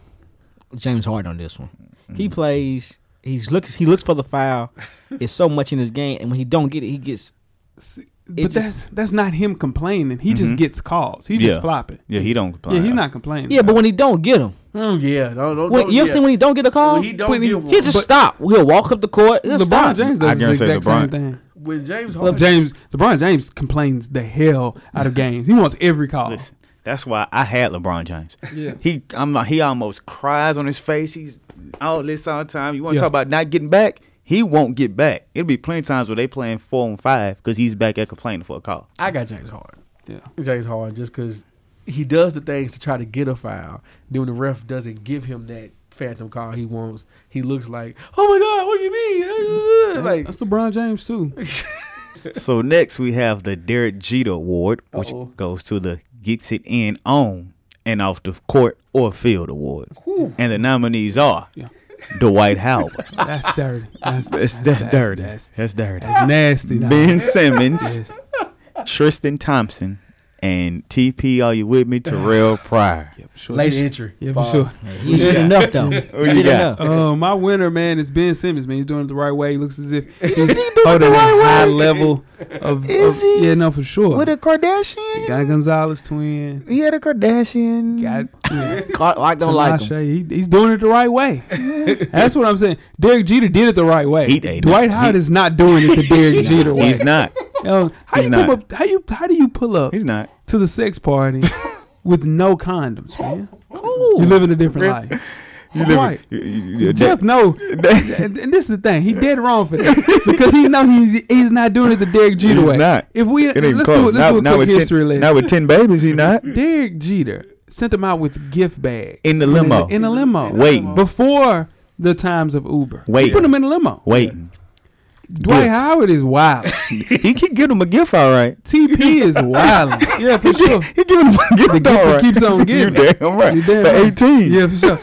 S3: James Harden on this one. He
S4: Mhm.
S3: plays. He's looks. He looks for the [laughs] foul. it's so much in his game, and when he don't get it, he gets.
S2: S- But
S3: It just-
S2: that's that's not him complaining. He
S4: Mhm.
S2: just gets calls. He's
S4: Yeah.
S2: just flopping.
S4: Yeah, he don't complain.
S2: Yeah, he's not complaining.
S3: Yeah, but when he don't get him,
S5: Mm, yeah, no, no,
S3: when,
S5: no,
S3: you ever
S5: yeah.
S3: seen when he don't get a call,
S5: When he
S3: he
S5: don't
S2: when he-
S5: get one.
S3: will just
S2: but-
S3: stop. He'll walk up the court. He'll
S2: LeBron
S3: stop.
S2: James
S4: I
S2: does the
S4: guarantee
S2: exact
S4: LeBron-
S2: same thing.
S5: when James
S2: Le-
S5: Harden.
S2: James LeBron James complains the hell
S3: [laughs]
S2: out of games. He wants every call.
S4: Listen, that's why I had LeBron James.
S2: Yeah.
S4: He, I'm like, he almost cries on his face. He's all this all the time. You want to
S2: Yeah.
S4: talk about not getting back? He won't get back. It'll be plenty of times where they playing four and five because he's back there complaining for a call.
S5: I got James Harden.
S2: Yeah.
S5: James Harden just because he does the things to try to get a foul. Then when the ref doesn't give him that phantom call he wants, he looks like, oh my God, what do you mean? It's like,
S2: That's LeBron James too.
S4: so next we have the Derek Jeter Award, which
S5: Uh-oh.
S4: goes to the gets it in on and off the court or field award,
S5: Whew.
S4: and the nominees are
S2: Yeah.
S4: Dwight Howard.
S2: That's dirty. [laughs]
S3: [laughs]
S2: That's,
S4: That's,
S2: that's,
S4: that's, dirty. That's,
S2: That's,
S4: dirty.
S2: that's nasty. dog.
S4: Ben Simmons,
S2: [laughs]
S3: [laughs]
S2: Yes.
S4: Tristan Thompson, and TP. Are you with me?
S2: [sighs]
S4: Terrell Pryor.
S2: Yeah, for sure. Uh,
S5: late entry.
S2: Yeah, for
S5: Ball. [laughs]
S2: sure.
S3: He did enough [laughs] though. He
S4: you
S3: did enough.
S4: got?
S2: Uh, my winner, man, is Ben Simmons. Man, he's doing it the right way. He looks as
S3: [laughs]
S2: if he's
S3: he doing it the
S2: holding
S3: right
S2: a
S3: way?
S2: high level of,
S3: Is
S2: of-
S3: he?
S2: yeah, no, for sure.
S3: With a
S2: Got
S3: Kardashian,
S2: Gonzalez
S3: [laughs]
S2: twin.
S3: he had a Kardashian.
S2: Got yeah,
S3: Car- I don't like him.
S2: Tinashe. He, he's doing it the right way. That's what I'm saying. Derek Jeter did it the right way.
S4: He- they-
S2: Dwight Howard
S4: he-
S2: is not doing it
S4: [laughs]
S2: the Derek Jeter way.
S4: He's not.
S2: Yo, how
S4: he's
S2: you
S4: not.
S2: come up? How you? How do you pull up [laughs]
S4: He's not.
S2: to the sex
S4: [laughs]
S2: party with no condoms, man?
S3: Ooh.
S2: You living a different life. You
S4: live-
S2: right.
S4: [laughs] You- you- you-
S2: Jeff, no.
S4: [laughs]
S2: and and this is the thing. He dead wrong for that because he know he's he's not doing it the Derek Jeter
S4: He's
S2: way.
S4: not.
S2: If we
S4: It ain't
S2: let's do
S4: close.
S2: it, let's
S4: Now-
S2: do a
S4: now
S2: quick
S4: with
S2: history
S4: ten,
S2: lesson.
S4: now with ten babies,
S2: [laughs]
S4: he not
S2: Derek Jeter sent them out with gift bags
S4: in the limo.
S2: in a limo
S4: Waiting.
S2: before the times of Uber.
S4: Wait.
S2: he put them in a limo.
S4: Waiting.
S2: Dwight
S4: Gifts.
S2: Howard is
S4: [laughs]
S2: wild.
S4: he can give him a gift, all right.
S2: TP is wild. Yeah, for sure.
S4: He giving him a gift,
S2: The gift
S4: all
S2: that
S4: right.
S2: keeps on
S4: [laughs] You
S2: giving.
S4: damn right.
S2: You damn
S4: For
S2: right.
S4: eighteen.
S2: Yeah, for sure.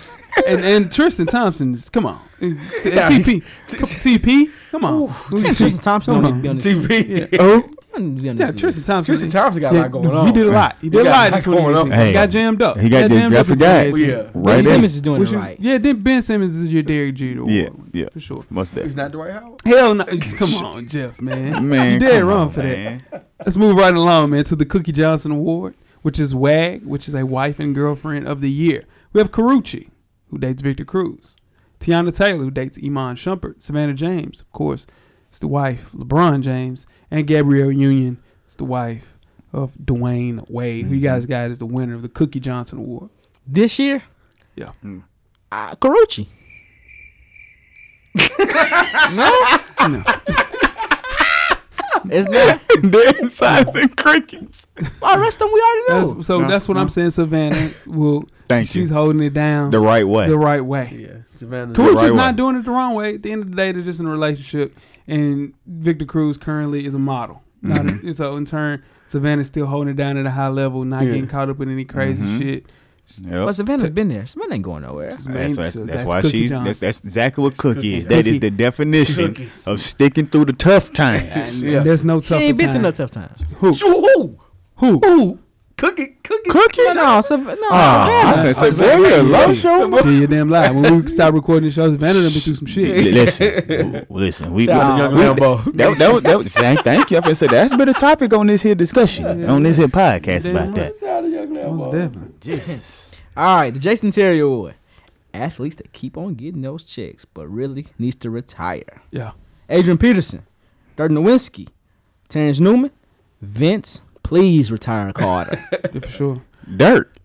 S2: and and Tristan Thompson, is- come on,
S4: [laughs]
S2: T-
S5: Nah,
S2: TP, Come- TP, come on.
S3: Damn, Tristan Thompson don't
S2: Come
S3: need to be on this.
S5: TP.
S2: Oh,
S3: he don't need to be on this
S2: yeah,
S3: list.
S2: Tristan Thompson.
S5: Tristan Thompson got a
S2: Yeah,
S5: lot going on.
S2: He did a
S5: [laughs]
S2: lot. He
S5: He
S2: did a
S5: got
S2: lot.
S5: a
S2: in
S5: lot going
S2: 2018.
S4: on.
S2: He got jammed up.
S4: He got
S2: got
S4: did-
S2: jammed
S4: I
S2: up in
S4: forgot.
S2: 2018.
S5: Yeah.
S3: Ben
S4: Right there.
S3: Simmons is doing
S2: We
S3: it
S2: should-
S3: right.
S2: Yeah, then Ben Simmons is your Derek Jeter. Award,
S4: Yeah, yeah.
S2: for sure.
S4: Must
S5: He's
S4: that.
S5: not Dwight Howard.
S2: Hell no! [laughs] Come on, Jeff, man.
S4: Man,
S2: You dead
S4: come
S2: wrong
S4: on,
S2: for that.
S4: man. [laughs]
S2: Let's move right along, man, to the Cookie Johnson Award, which is WAG, which is a wife and girlfriend of the year. We have Carucci, who dates Victor Cruz. Tiana Taylor, who dates Iman Shumpert. Savannah James, of course, is the wife of LeBron James. And Gabrielle Union is the wife of Dwayne Wade, who you
S4: Mm-hmm.
S2: guys got as the winner of the Cookie Johnson
S4: [laughs]
S2: Award.
S3: This year,
S2: Yeah.
S4: Hmm.
S3: uh, Carucci.
S2: No. [laughs]
S3: It's not.
S4: Dead sides and crickets.
S3: All the rest of them we already know.
S2: That's, so
S4: No,
S2: that's what
S4: no.
S2: I'm saying, Savannah.
S4: [laughs]
S2: Well,
S4: Thank
S2: she's
S4: you.
S2: holding it down
S4: The right way.
S2: the right way.
S5: Yeah, Savannah.
S2: Cruz
S4: right
S2: is
S4: way.
S2: not doing it the wrong way. At the end of the day, they're just in a relationship, and Victor Cruz currently is a model. Not
S4: Mm-hmm.
S2: a- so in turn, Savannah's still holding it down at a high level, not
S5: Yeah.
S2: getting caught up in any crazy
S4: Mhm.
S2: shit.
S4: Yep.
S3: But Savannah's been there. Savannah ain't going nowhere.
S2: Just
S4: That's,
S2: made-
S4: that's,
S2: so
S4: that's why
S2: Cookie
S4: she's
S2: Johnson.
S4: that's, that's exactly what cookie is.
S5: cookies.
S4: That is the
S2: Cookie.
S4: definition
S5: Cookies.
S4: of sticking through the tough times.
S2: And
S5: Yeah.
S2: There's no
S3: She
S2: tough
S3: ain't been
S2: time.
S3: through no tough times.
S2: Who?
S5: Ooh,
S2: Who?
S5: ooh, ooh. Cookie, cookie,
S3: Cookie? No, Sav-
S2: Oh,
S3: no
S4: Ah,
S3: Savannah.
S4: I said, boy, you a love show.
S2: Yeah, you damn lie. When we start recording the show, Savannah done been through some shit.
S4: Listen, w- listen, we, we,
S3: Shout out
S5: Young
S3: to
S4: we
S5: Lambo.
S4: that, that, was- that was, thank, thank you. I finna say that's been a topic on this here discussion on this here podcast
S2: Damn
S4: about
S2: right.
S4: that.
S5: Shout out to Young
S2: Most
S5: Lambo.
S2: definitely.
S4: Jesus.
S3: All right, the Jason Terry Award. Athletes that keep on getting those checks, but really needs to retire.
S2: Yeah.
S3: Adrian Peterson, Dirk Nowinski, Terrence Newman, Vince, please retire
S2: [laughs]
S3: Carter.
S2: yeah, for sure.
S4: Dirk,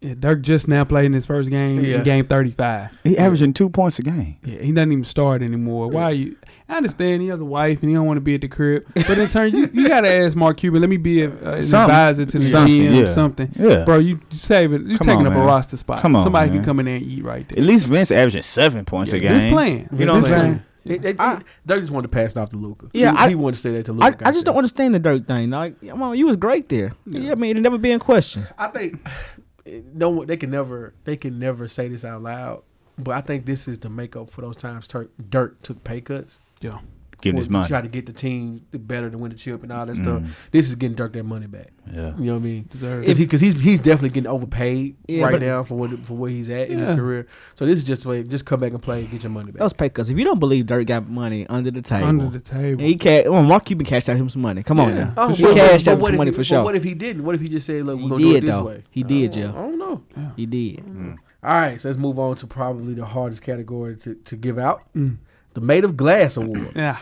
S2: Yeah, Dirk just now played in his first game
S5: Yeah.
S2: in game 35.
S4: he averaging two points a game.
S2: Yeah, he doesn't even start anymore. Why are you? I understand he has a wife and he don't want to be at the crib, but in turn, you, you gotta ask Mark Cuban. Let me be a, uh, an
S4: Something.
S2: advisor to the
S4: Something,
S2: GM or
S4: yeah.
S2: something,
S4: Yeah,
S2: bro. You, you save it. You're
S4: Come
S2: taking
S4: on,
S2: up a
S4: man.
S2: roster spot.
S4: Come on,
S2: somebody
S4: man.
S2: can come in there and eat right there.
S4: at least Vince averaging seven points a
S2: Yeah,
S4: game.
S2: He's playing.
S4: You know what I'm
S2: He's
S4: saying?
S2: playing.
S5: They, they,
S3: I-
S5: they just wanted to pass it off to Luca.
S3: Yeah,
S5: he,
S3: I-
S5: he wanted to say that to
S3: I,
S5: Luca.
S3: I just don't understand the Dirk thing. Like, come on, you was great there.
S2: Yeah.
S3: Yeah, I mean, it never be in question.
S5: I think [sighs] no one they can never they can never say this out loud, but I think this is the makeup for those times Turk Dirk took pay cuts.
S2: Yeah,
S4: Getting
S5: for-
S4: his
S5: to
S4: money.
S5: Try to get the team better to win the chip and all that
S4: Mm,
S5: stuff. This is getting Dirk that money back.
S4: yeah.
S5: You know what I mean?
S2: deserves.
S5: Because he's he's definitely getting overpaid
S3: Yeah,
S5: right
S3: but-
S5: now for what for where he's at in his
S2: Yeah.
S5: career. So this is just like just come back and play, and get your money back.
S3: That was pay cuts. If you don't believe Dirk got money under the table,
S2: under the table.
S3: and he cashed, well, Mark Cuban cashed out him some money. Come on
S2: Yeah.
S3: now.
S2: Oh,
S3: he
S2: well,
S3: cashed
S5: but
S3: out
S5: what
S3: some
S5: if
S3: money
S5: he-
S3: for
S5: but
S3: sure.
S5: What if he didn't? What if he just said, "Look, we're
S3: He
S5: gonna do it
S3: did,
S5: this
S3: though.
S5: way"?
S3: He did,
S5: I don't-
S3: Jeff.
S5: I don't know.
S3: He did.
S4: Mm.
S5: All right, so let's move on to probably the hardest category to, to give out:
S2: Mm.
S5: the Made of Glass [clears throat] Award.
S2: Yeah,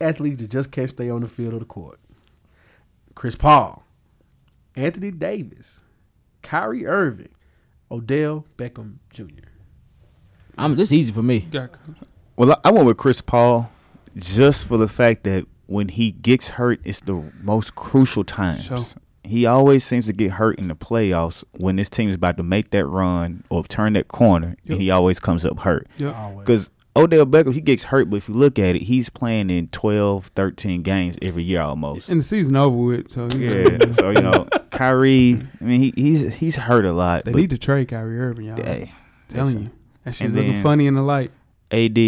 S5: athletes that just can't stay on the field or the court. Chris Paul, Anthony Davis, Kyrie Irving, Odell Beckham Jr.
S3: I'm. This is easy for me.
S2: got
S4: Well, I- I went with Chris Paul just for the fact that when he gets hurt, it's the most crucial times.
S2: Sure.
S4: He always seems to get hurt in the playoffs when this team is about to make that run or turn that corner,
S2: Yep.
S4: and he always comes up hurt.
S2: yeah.
S4: Because Odell Beckham, he gets hurt, but if you look at it, he's playing in 12, 13 games every year almost.
S2: And the season over with. So he-
S4: Yeah, so
S2: [laughs]
S4: you know, Kyrie. I mean, he, he's he's hurt a lot.
S2: they
S4: but
S2: need to trade Kyrie Irving. Y'all,
S4: hey,
S2: telling
S4: listen.
S2: you, that shit's
S4: And
S2: looking
S4: then-
S2: funny in the light.
S4: AD.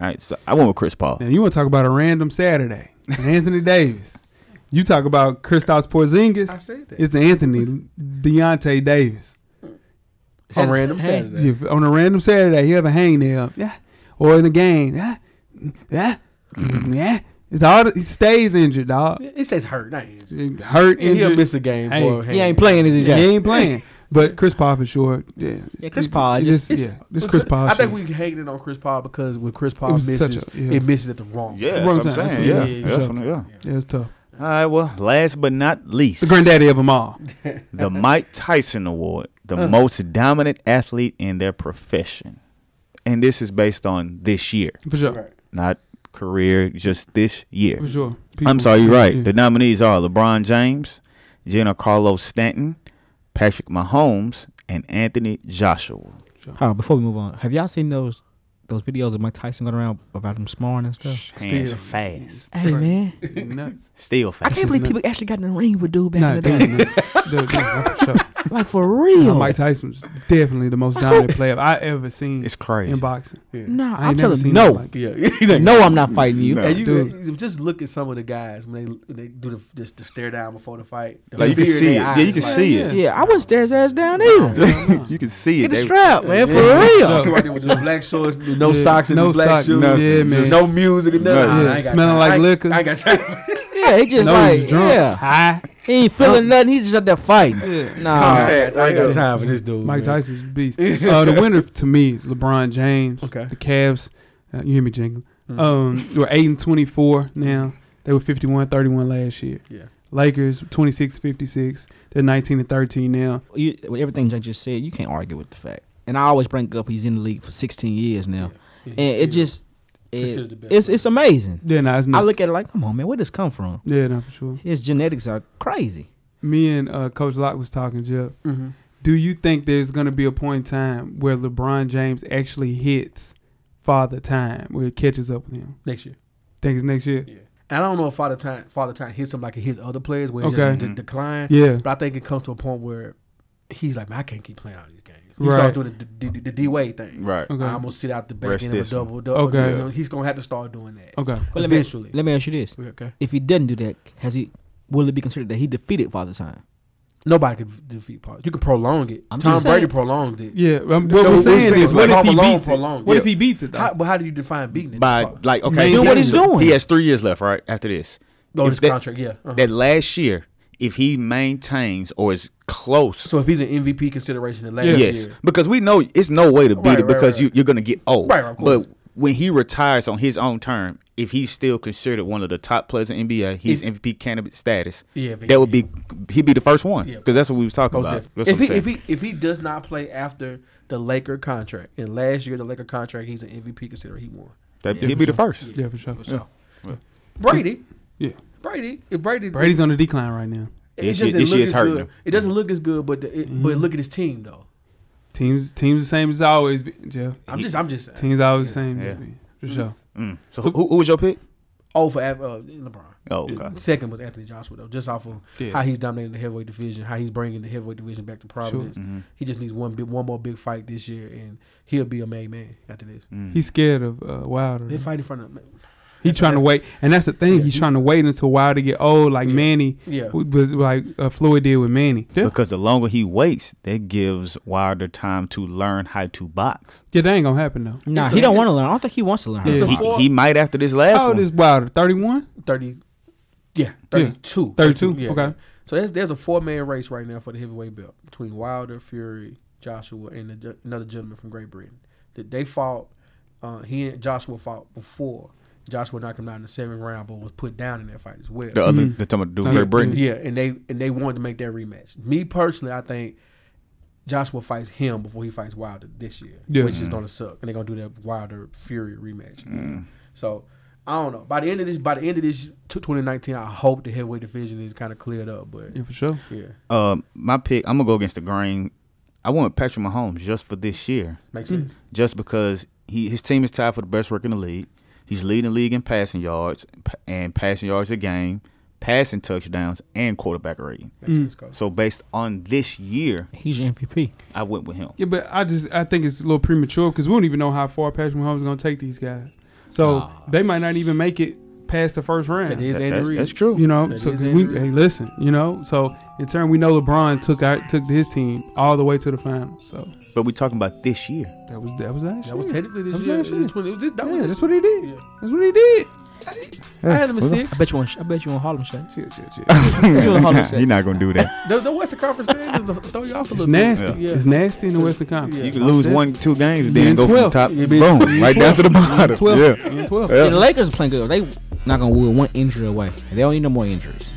S4: All right, so I went with Chris Paul.
S2: Now you want to talk about a random Saturday? It's Anthony Davis. You talk about Kristaps Porzingis.
S5: I said that.
S2: It's Anthony Deontay Davis.
S5: a random
S3: Hey,
S5: Saturday.
S2: If on a random Saturday, he have a hangnail up, yeah, or in a game, yeah, yeah, yeah. It's all he stays injured, dog.
S5: It says hurt. Not injured.
S2: Hurt,
S5: Yeah, He'll
S2: injured.
S5: miss a game.
S2: Hey,
S5: for a
S3: He
S5: hand.
S3: ain't playing
S2: he
S3: this year.
S2: ain't playing. But Chris Paul for sure. Yeah,
S3: Yeah, Chris Paul, I
S2: It
S3: just-
S2: is-
S5: It's-
S2: yeah, this Chris Paul.
S5: I think
S2: shit.
S5: we hated on Chris Paul because when Chris
S2: It
S5: Paul
S2: was
S5: misses,
S2: such a- yeah.
S5: it misses at the wrong time.
S4: Yeah,
S2: What I'm
S4: that's what I'm
S2: saying,
S4: saying. Yeah,
S2: that's what- yeah,
S4: yeah, that's
S2: yeah.
S4: what I'm- yeah.
S2: Yeah, it's tough.
S4: All right. Well, last but not least,
S2: The granddaddy of them all.
S4: the Mike Tyson Award, the most dominant athlete in their profession, and this is based on this year,
S2: For sure.
S5: Right.
S4: not career, just this year.
S2: For sure.
S4: I'm
S2: People-
S4: sorry, you're right.
S2: Yeah.
S4: The nominees are LeBron James, Giancarlo Stanton, Patrick Mahomes, and Anthony Joshua.
S3: All right, before we move on, have y'all seen those those videos of Mike Tyson going around about him sparring and stuff.
S4: Hands
S5: Still.
S4: fast.
S6: Hey man,
S2: Nuts.
S4: Still
S6: I
S4: fast.
S6: can't believe people actually got in the ring with dude back
S2: Nah,
S6: in the
S2: [laughs]
S6: day.
S2: damn, nuts. Dude, yeah, for sure. [laughs]
S6: Like for real.
S2: Nah, Mike Tyson's definitely the most dominant player I ever seen
S4: It's crazy.
S2: in boxing.
S5: Yeah.
S6: no,
S2: I ain't
S6: I'm
S2: never
S6: telling you,
S2: seen
S3: no.
S2: nothing like it.
S5: Yeah. [laughs] You think-
S3: No, I'm not fighting you.
S4: No.
S5: And you,
S2: dude.
S5: you just look at some of the guys when they when they do the just the stare down before the fight. The
S4: Like, you can
S5: fear in
S4: see
S5: their
S4: it. Yeah,
S5: eyes,
S4: you can
S5: like,
S4: see
S6: yeah.
S4: it.
S6: I wouldn't stare his ass down either.
S4: [laughs] you can see
S6: Get
S4: it.
S6: the
S4: They-
S6: strap, man,
S5: Yeah.
S6: for real.
S5: Come out there with the black shorts, no
S2: Yeah,
S5: socks, and
S2: no
S5: the black
S2: socks,
S5: shoes.
S2: nothing. Yeah, man.
S5: No music and nothing. Nah, I
S4: Nothing.
S2: Yeah,
S5: ain't got
S2: smelling
S5: time.
S2: like
S5: I ain't-
S2: liquor.
S5: I ain't got time.
S2: [laughs]
S3: Yeah, he just
S2: No,
S3: like,
S2: he's drunk.
S3: yeah,
S2: High.
S3: he ain't feeling nothing. He just up there fighting.
S2: Yeah.
S3: Nah,
S5: Compact. I ain't got time for this dude.
S2: Mike
S5: man.
S2: Tyson's a beast.
S4: [laughs]
S2: Uh, the winner to me is LeBron James.
S5: Okay.
S2: The Cavs, uh, you hear me jingle.
S4: Mm.
S2: Um, we're eight and twenty four now. They were 51 31 last year.
S5: Yeah.
S2: Lakers 26 56. They're 19 and 13 now.
S3: you, with everything Jake just said, you can't argue with the fact. And I always bring up he's in the league for 16 years now, and it just
S5: Considered
S3: it,
S5: the best.
S3: it's it's amazing.
S2: Yeah, nah, it's
S3: I
S2: nuts.
S3: look at it like, come on, man, where this come from?
S2: Yeah, no, for sure.
S3: His genetics are crazy.
S2: Me and uh, Coach Locke was talking, Jeff.
S5: Mhm.
S2: Do you think there's going to be a point in time where LeBron James actually hits father time, where it catches up with him?
S5: next year.
S2: Think it's next year?
S5: Yeah. And I don't know if Father Time Father Time hits him like it hits other players where it
S2: Okay.
S5: just d- decline.
S2: Yeah.
S5: But I think it comes to a point where he's like, man, I can't keep playing all these games. He
S2: Right.
S5: starts doing the D, D, the D Wade thing.
S4: Right.
S2: Okay.
S5: I almost sit out the back
S4: Rest
S5: end of a
S4: this one.
S5: double double.
S2: Okay.
S5: You know, he's gonna have to start doing that
S2: Okay.
S3: But let me-
S5: eventually.
S3: Let me ask you this:
S5: okay.
S3: If he doesn't do that, has he? Will it be considered that he defeated Father Time?
S5: Nobody can defeat Paul. You can prolong it.
S3: I'm
S5: Tom
S3: just
S5: Brady
S3: saying-
S5: prolonged it.
S2: Yeah, um, what
S5: No,
S2: we're
S5: what we're
S2: saying
S5: saying
S2: is,
S5: is
S2: what
S5: like
S2: if he
S5: Home Alone
S2: beats it?
S5: prolonged.
S2: What if
S4: Yeah.
S2: he beats it
S5: How,
S2: though?
S5: but how do you define beating it?
S4: By
S5: Pause.
S4: like okay,
S2: Man,
S4: this
S2: what
S4: is
S2: he's
S4: the-
S3: doing.
S4: He has three years left, right? After this,
S5: oh,
S4: if
S5: this
S4: that-
S5: contract, yeah. uh-huh.
S4: that last year, if he maintains or is close,
S5: so if he's an MVP consideration in last
S4: yes,
S5: year,
S4: because we know it's no way to beat
S5: Right,
S4: it
S5: right,
S4: because
S5: right.
S4: You, you're gonna get old.
S5: Right, right, of course.
S4: but when he retires on his own term, if he's still considered one of the top players in NBA, he's
S5: If-
S4: MVP candidate status.
S5: yeah, if he-
S4: That would be he'd be the first one
S5: Yeah.
S4: because that's what we was talking
S5: Most
S4: about.
S5: definitely.
S4: That's what I'm
S5: if
S4: saying.
S5: he if he if he does not play after the Laker contract, and last year the Laker contract, he's an MVP considerer. He won.
S4: That- he'd be the first.
S2: Yeah, for sure.
S5: Brady,
S2: Yeah.
S5: Brady, if Brady,
S2: Brady's on the decline right now.
S5: it
S4: This
S5: doesn't
S4: year- this
S5: look
S4: year's
S5: as
S4: hurting
S5: good.
S4: him.
S5: It doesn't look as good, but the, it,
S2: Mm-hmm.
S5: but look at his team though.
S2: Teams, teams the same as always. Been, Jeff.
S5: I'm
S4: He-
S5: just I'm just saying.
S2: Teams always the same.
S4: Yeah.
S2: as been, For sure.
S4: Mm. So, who, who was your pick?
S5: Oh, for Av- uh, LeBron.
S4: Oh, okay.
S5: Second was Anthony Joshua though, just off of
S2: Yeah.
S5: how he's dominating the heavyweight division, how he's bringing the heavyweight division back to Providence.
S4: Mhm.
S5: He just needs one big, one more big fight this year, and he'll be a main man after this.
S4: Mm.
S2: He's scared of uh, Wilder.
S5: They fight in front of
S2: He's
S5: that's-
S2: trying to
S5: that's-
S2: wait, and that's the thing.
S5: Yeah.
S2: He's trying to wait until Wilder get old, like
S5: Yeah.
S2: Manny,
S5: yeah.
S2: w- was like uh, Floyd did with Manny. Yeah,
S4: Because the longer he waits, that gives Wilder time to learn how to box.
S2: yeah that ain't gonna happen though.
S3: Nah,
S5: It's
S3: he
S5: a-
S3: don't want to learn. I don't think he wants to learn.
S2: It's
S3: Yeah.
S2: a
S4: He,
S5: four-
S4: he might after this last
S2: How old
S4: one.
S2: is Wilder? Thirty-one.
S5: 30 yeah 32
S2: 32, okay.
S5: so there's there's a four-man race right now for the heavyweight belt between wilder fury joshua and the, ge- another gentleman from great britain that they fought uh, he and joshua fought before joshua knocked him down in the seventh round but was put down in that fight as well
S4: the other, the time of
S2: Yeah.
S4: Great Britain.
S5: Mm-hmm. yeah and they and they wanted to make that rematch me personally i think Joshua fights him before he fights Wilder this year,
S2: Yeah.
S5: which is gonna suck, and they're gonna do that Wilder Fury rematch. So I don't know. By the end of this, by the end of this t- 2019, I hope the heavyweight division is kind of cleared up. But
S2: Yeah, for sure.
S5: yeah,
S4: Um, my pick, I'm gonna go against the grain. I want Patrick Mahomes just for this year,
S5: makes sense.
S4: just because he his team is tied for the best record in the league. He's leading the league in passing yards p- and passing yards a game, passing touchdowns, and quarterback rating.
S5: Makes sense, coach.
S4: So based on this year,
S3: He's your MVP.
S4: I went with him.
S2: Yeah, but I just I think it's a little premature because we don't even know how far Patrick Mahomes is gonna take these guys. So they might not even make it past the first
S5: That
S2: round.
S5: is
S4: That-
S5: Andy
S4: that's-
S5: Reid.
S4: that's true.
S2: You know,
S5: That
S2: so
S5: is
S2: 'cause we
S5: Andrew.
S2: hey, listen, you know, so in turn we know LeBron took out took his team all the way to the finals. So
S4: But we're talking about
S5: [laughs]
S4: this year.
S2: that was that was that.
S5: That was technically this
S2: That was
S5: year.
S2: last year.
S5: It was 20 it was this- that
S2: Yeah,
S5: was this-
S2: that's what he did.
S5: yeah.
S2: That's what he did.
S5: I had him in six.
S3: I bet you want. I bet you want Harlem Shake.
S2: Chill, chill, chill.
S3: You're not-
S4: You're not gonna do that.
S5: The, the Western Conference standings throw you off a
S2: it's
S5: little
S2: nasty.
S5: bit. Yeah.
S2: It's nasty in the Western Conference.
S4: You can lose one, two games,
S2: You're in
S4: then go
S2: 12.
S4: from
S5: You're
S4: the top,
S5: being-
S4: boom, right down to the bottom.
S2: Twelve.
S4: Yeah.
S2: Yeah, Twelve.
S3: Yeah, the Lakers are playing good. They not gonna win one injury away. They don't need no more injuries.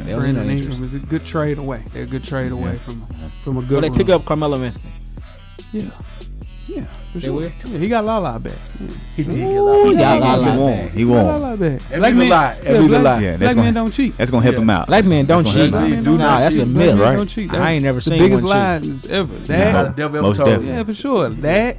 S3: They don't need no
S2: Brandon
S3: injuries.
S2: Ingram is a good trade away. They're a good trade away from from a good.
S3: Well, they pick
S2: run.
S3: up Carmelo Anthony.
S2: Yeah. Yeah, for
S3: They
S2: sure.
S3: will?
S2: Yeah, he got Lala back.
S5: He did get a lot.
S3: He got
S4: he
S3: Lala
S4: won.
S3: back.
S4: He
S2: He got
S4: won.
S2: Lala back.
S5: That means a lot. That means a
S2: black,
S5: lot.
S4: Yeah, that's
S2: black
S4: gonna-
S2: man don't cheat.
S4: That's gonna help him out.
S3: Black man don't cheat.
S5: They
S2: Black
S5: do
S2: man don't
S5: not
S3: Nah, that's
S5: cheat.
S3: a
S2: cheat.
S3: myth.
S2: Black man
S4: right?
S2: don't cheat.
S3: I ain't never
S2: That's the
S3: seen
S2: biggest
S3: one
S2: lie ever. That.
S5: devil ever
S4: Most
S5: told.
S4: definitely.
S2: Yeah, for sure. That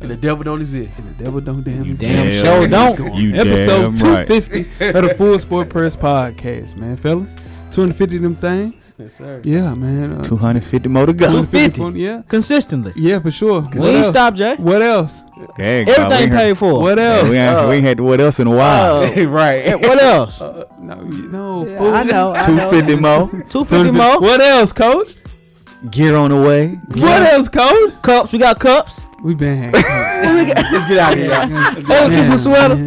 S5: and the devil don't exist.
S2: [laughs] And the devil don't damn
S4: You
S2: me.
S3: Damn
S4: Damn
S3: sure
S4: right.
S3: don't.
S4: Go on. You
S2: Episode
S4: damn right.
S2: 250 of the Full Sport Press Podcast, man. Fellas, 250 of them things.
S5: Yes, sir.
S2: Yeah, man. Uh,
S4: 250 more to go.
S2: 250. Yeah,
S3: Consistently.
S2: yeah, for sure.
S3: We ain't
S2: else?
S3: stop, Jay.
S2: What else?
S4: Dang, God, we
S3: Everything
S4: ain't heard-
S3: paid for.
S2: What
S4: Yeah,
S2: else?
S4: we, ain't, we ain't had what else in a
S2: [laughs]
S4: while.
S3: Uh,
S5: right.
S3: what else?
S2: No, you- no.
S6: Yeah,
S2: fool.
S6: I know. I know.
S4: 250 more.
S3: 250 more.
S2: What else, coach?
S4: Get on the way.
S2: What else, coach?
S3: Cups. We got cups.
S2: We've been
S4: [laughs]
S2: hanging.
S5: Let's get out of here.
S3: Ugly Christmas sweater.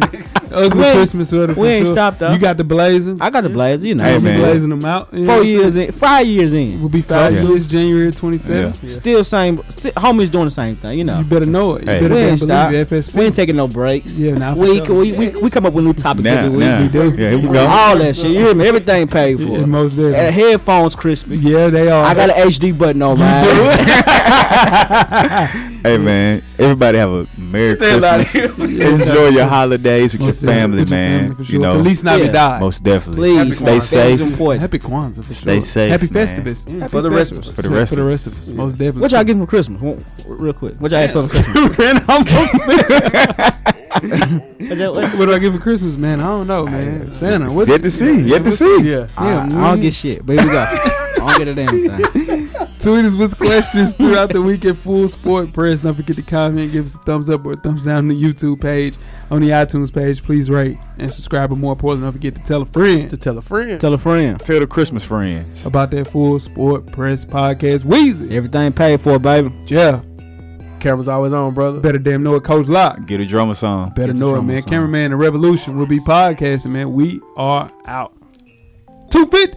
S2: Ugly
S3: We ain't-
S2: Christmas sweater. for
S3: we ain't
S2: sure.
S3: stopped, though.
S2: You got the blazer.
S3: I got the blazer, you know.
S4: Hey,
S2: We'll
S4: man.
S2: be blazing them out. you know what
S3: Four
S2: I'm
S3: years
S2: saying?
S3: in, five years in,
S2: We'll be five
S4: Yeah.
S2: years, January 27th.
S4: Yeah.
S3: still same. Sti homies doing the same thing, you know.
S2: You better know it. You
S4: Hey.
S2: better
S3: We
S2: damn
S3: ain't stop.
S2: believe it. FSP.
S3: We ain't taking no breaks.
S2: yeah, now
S3: We, we, we we come up with new topics
S4: Now,
S3: every week.
S4: now.
S2: we do.
S4: Yeah, here we go.
S3: All that shit, you hear me? Everything paid for.
S2: Yeah, most
S3: Uh,
S2: definitely.
S3: headphones crispy.
S2: Yeah, they are.
S3: I got an HD button on mine.
S4: Hey man, everybody have a Merry
S5: Stay out of
S3: [laughs]
S5: [laughs]
S4: Christmas.
S5: here.
S4: Enjoy your holidays with
S2: Most
S4: your
S2: definitely.
S4: family,
S2: With your
S4: man.
S2: family, for
S4: You
S2: sure.
S4: know,
S2: Feliz Navidad.
S4: most definitely.
S3: Please
S4: Stay safe.
S3: Important.
S2: Happy Kwanzaa. For
S4: Stay
S2: sure.
S4: safe,
S2: Happy
S4: man.
S2: Festivus. Yeah,
S5: For the rest of us.
S4: For the rest
S2: for
S4: of
S2: the rest of us. Most definitely.
S3: What y'all getting for Christmas? Won't- Real quick. What y'all ask for for Christmas? [laughs] What y'all- what-
S2: What do I get for Christmas, man? I don't know, man. Santa, what?
S4: Yet to see. Yet to see.
S5: Yeah.
S3: I, I
S2: man.
S3: don't get shit, but here we go. I don't get a damn thing.
S2: Tweet us with questions throughout the week at Full Sport Press. Don't forget to comment, give us a thumbs up or a thumbs down on the YouTube page, on the iTunes page. Please rate and subscribe, but more importantly, don't forget to tell a
S5: To
S2: friend
S5: tell a
S3: [laughs]
S5: friend.
S3: Tell a friend.
S4: Tell the Christmas friends.
S2: about that Full Sport Press podcast. Weezy,
S3: Everything paid for, baby.
S2: Jeff,
S5: Camera's always on, brother.
S2: better damn know it, Coach Lock.
S4: Get a drummer song.
S2: Better
S3: Get the
S2: know it,
S3: drummer
S2: man.
S3: song.
S2: Cameraman, the Revolution will be podcasting, man. We are out. Two fit.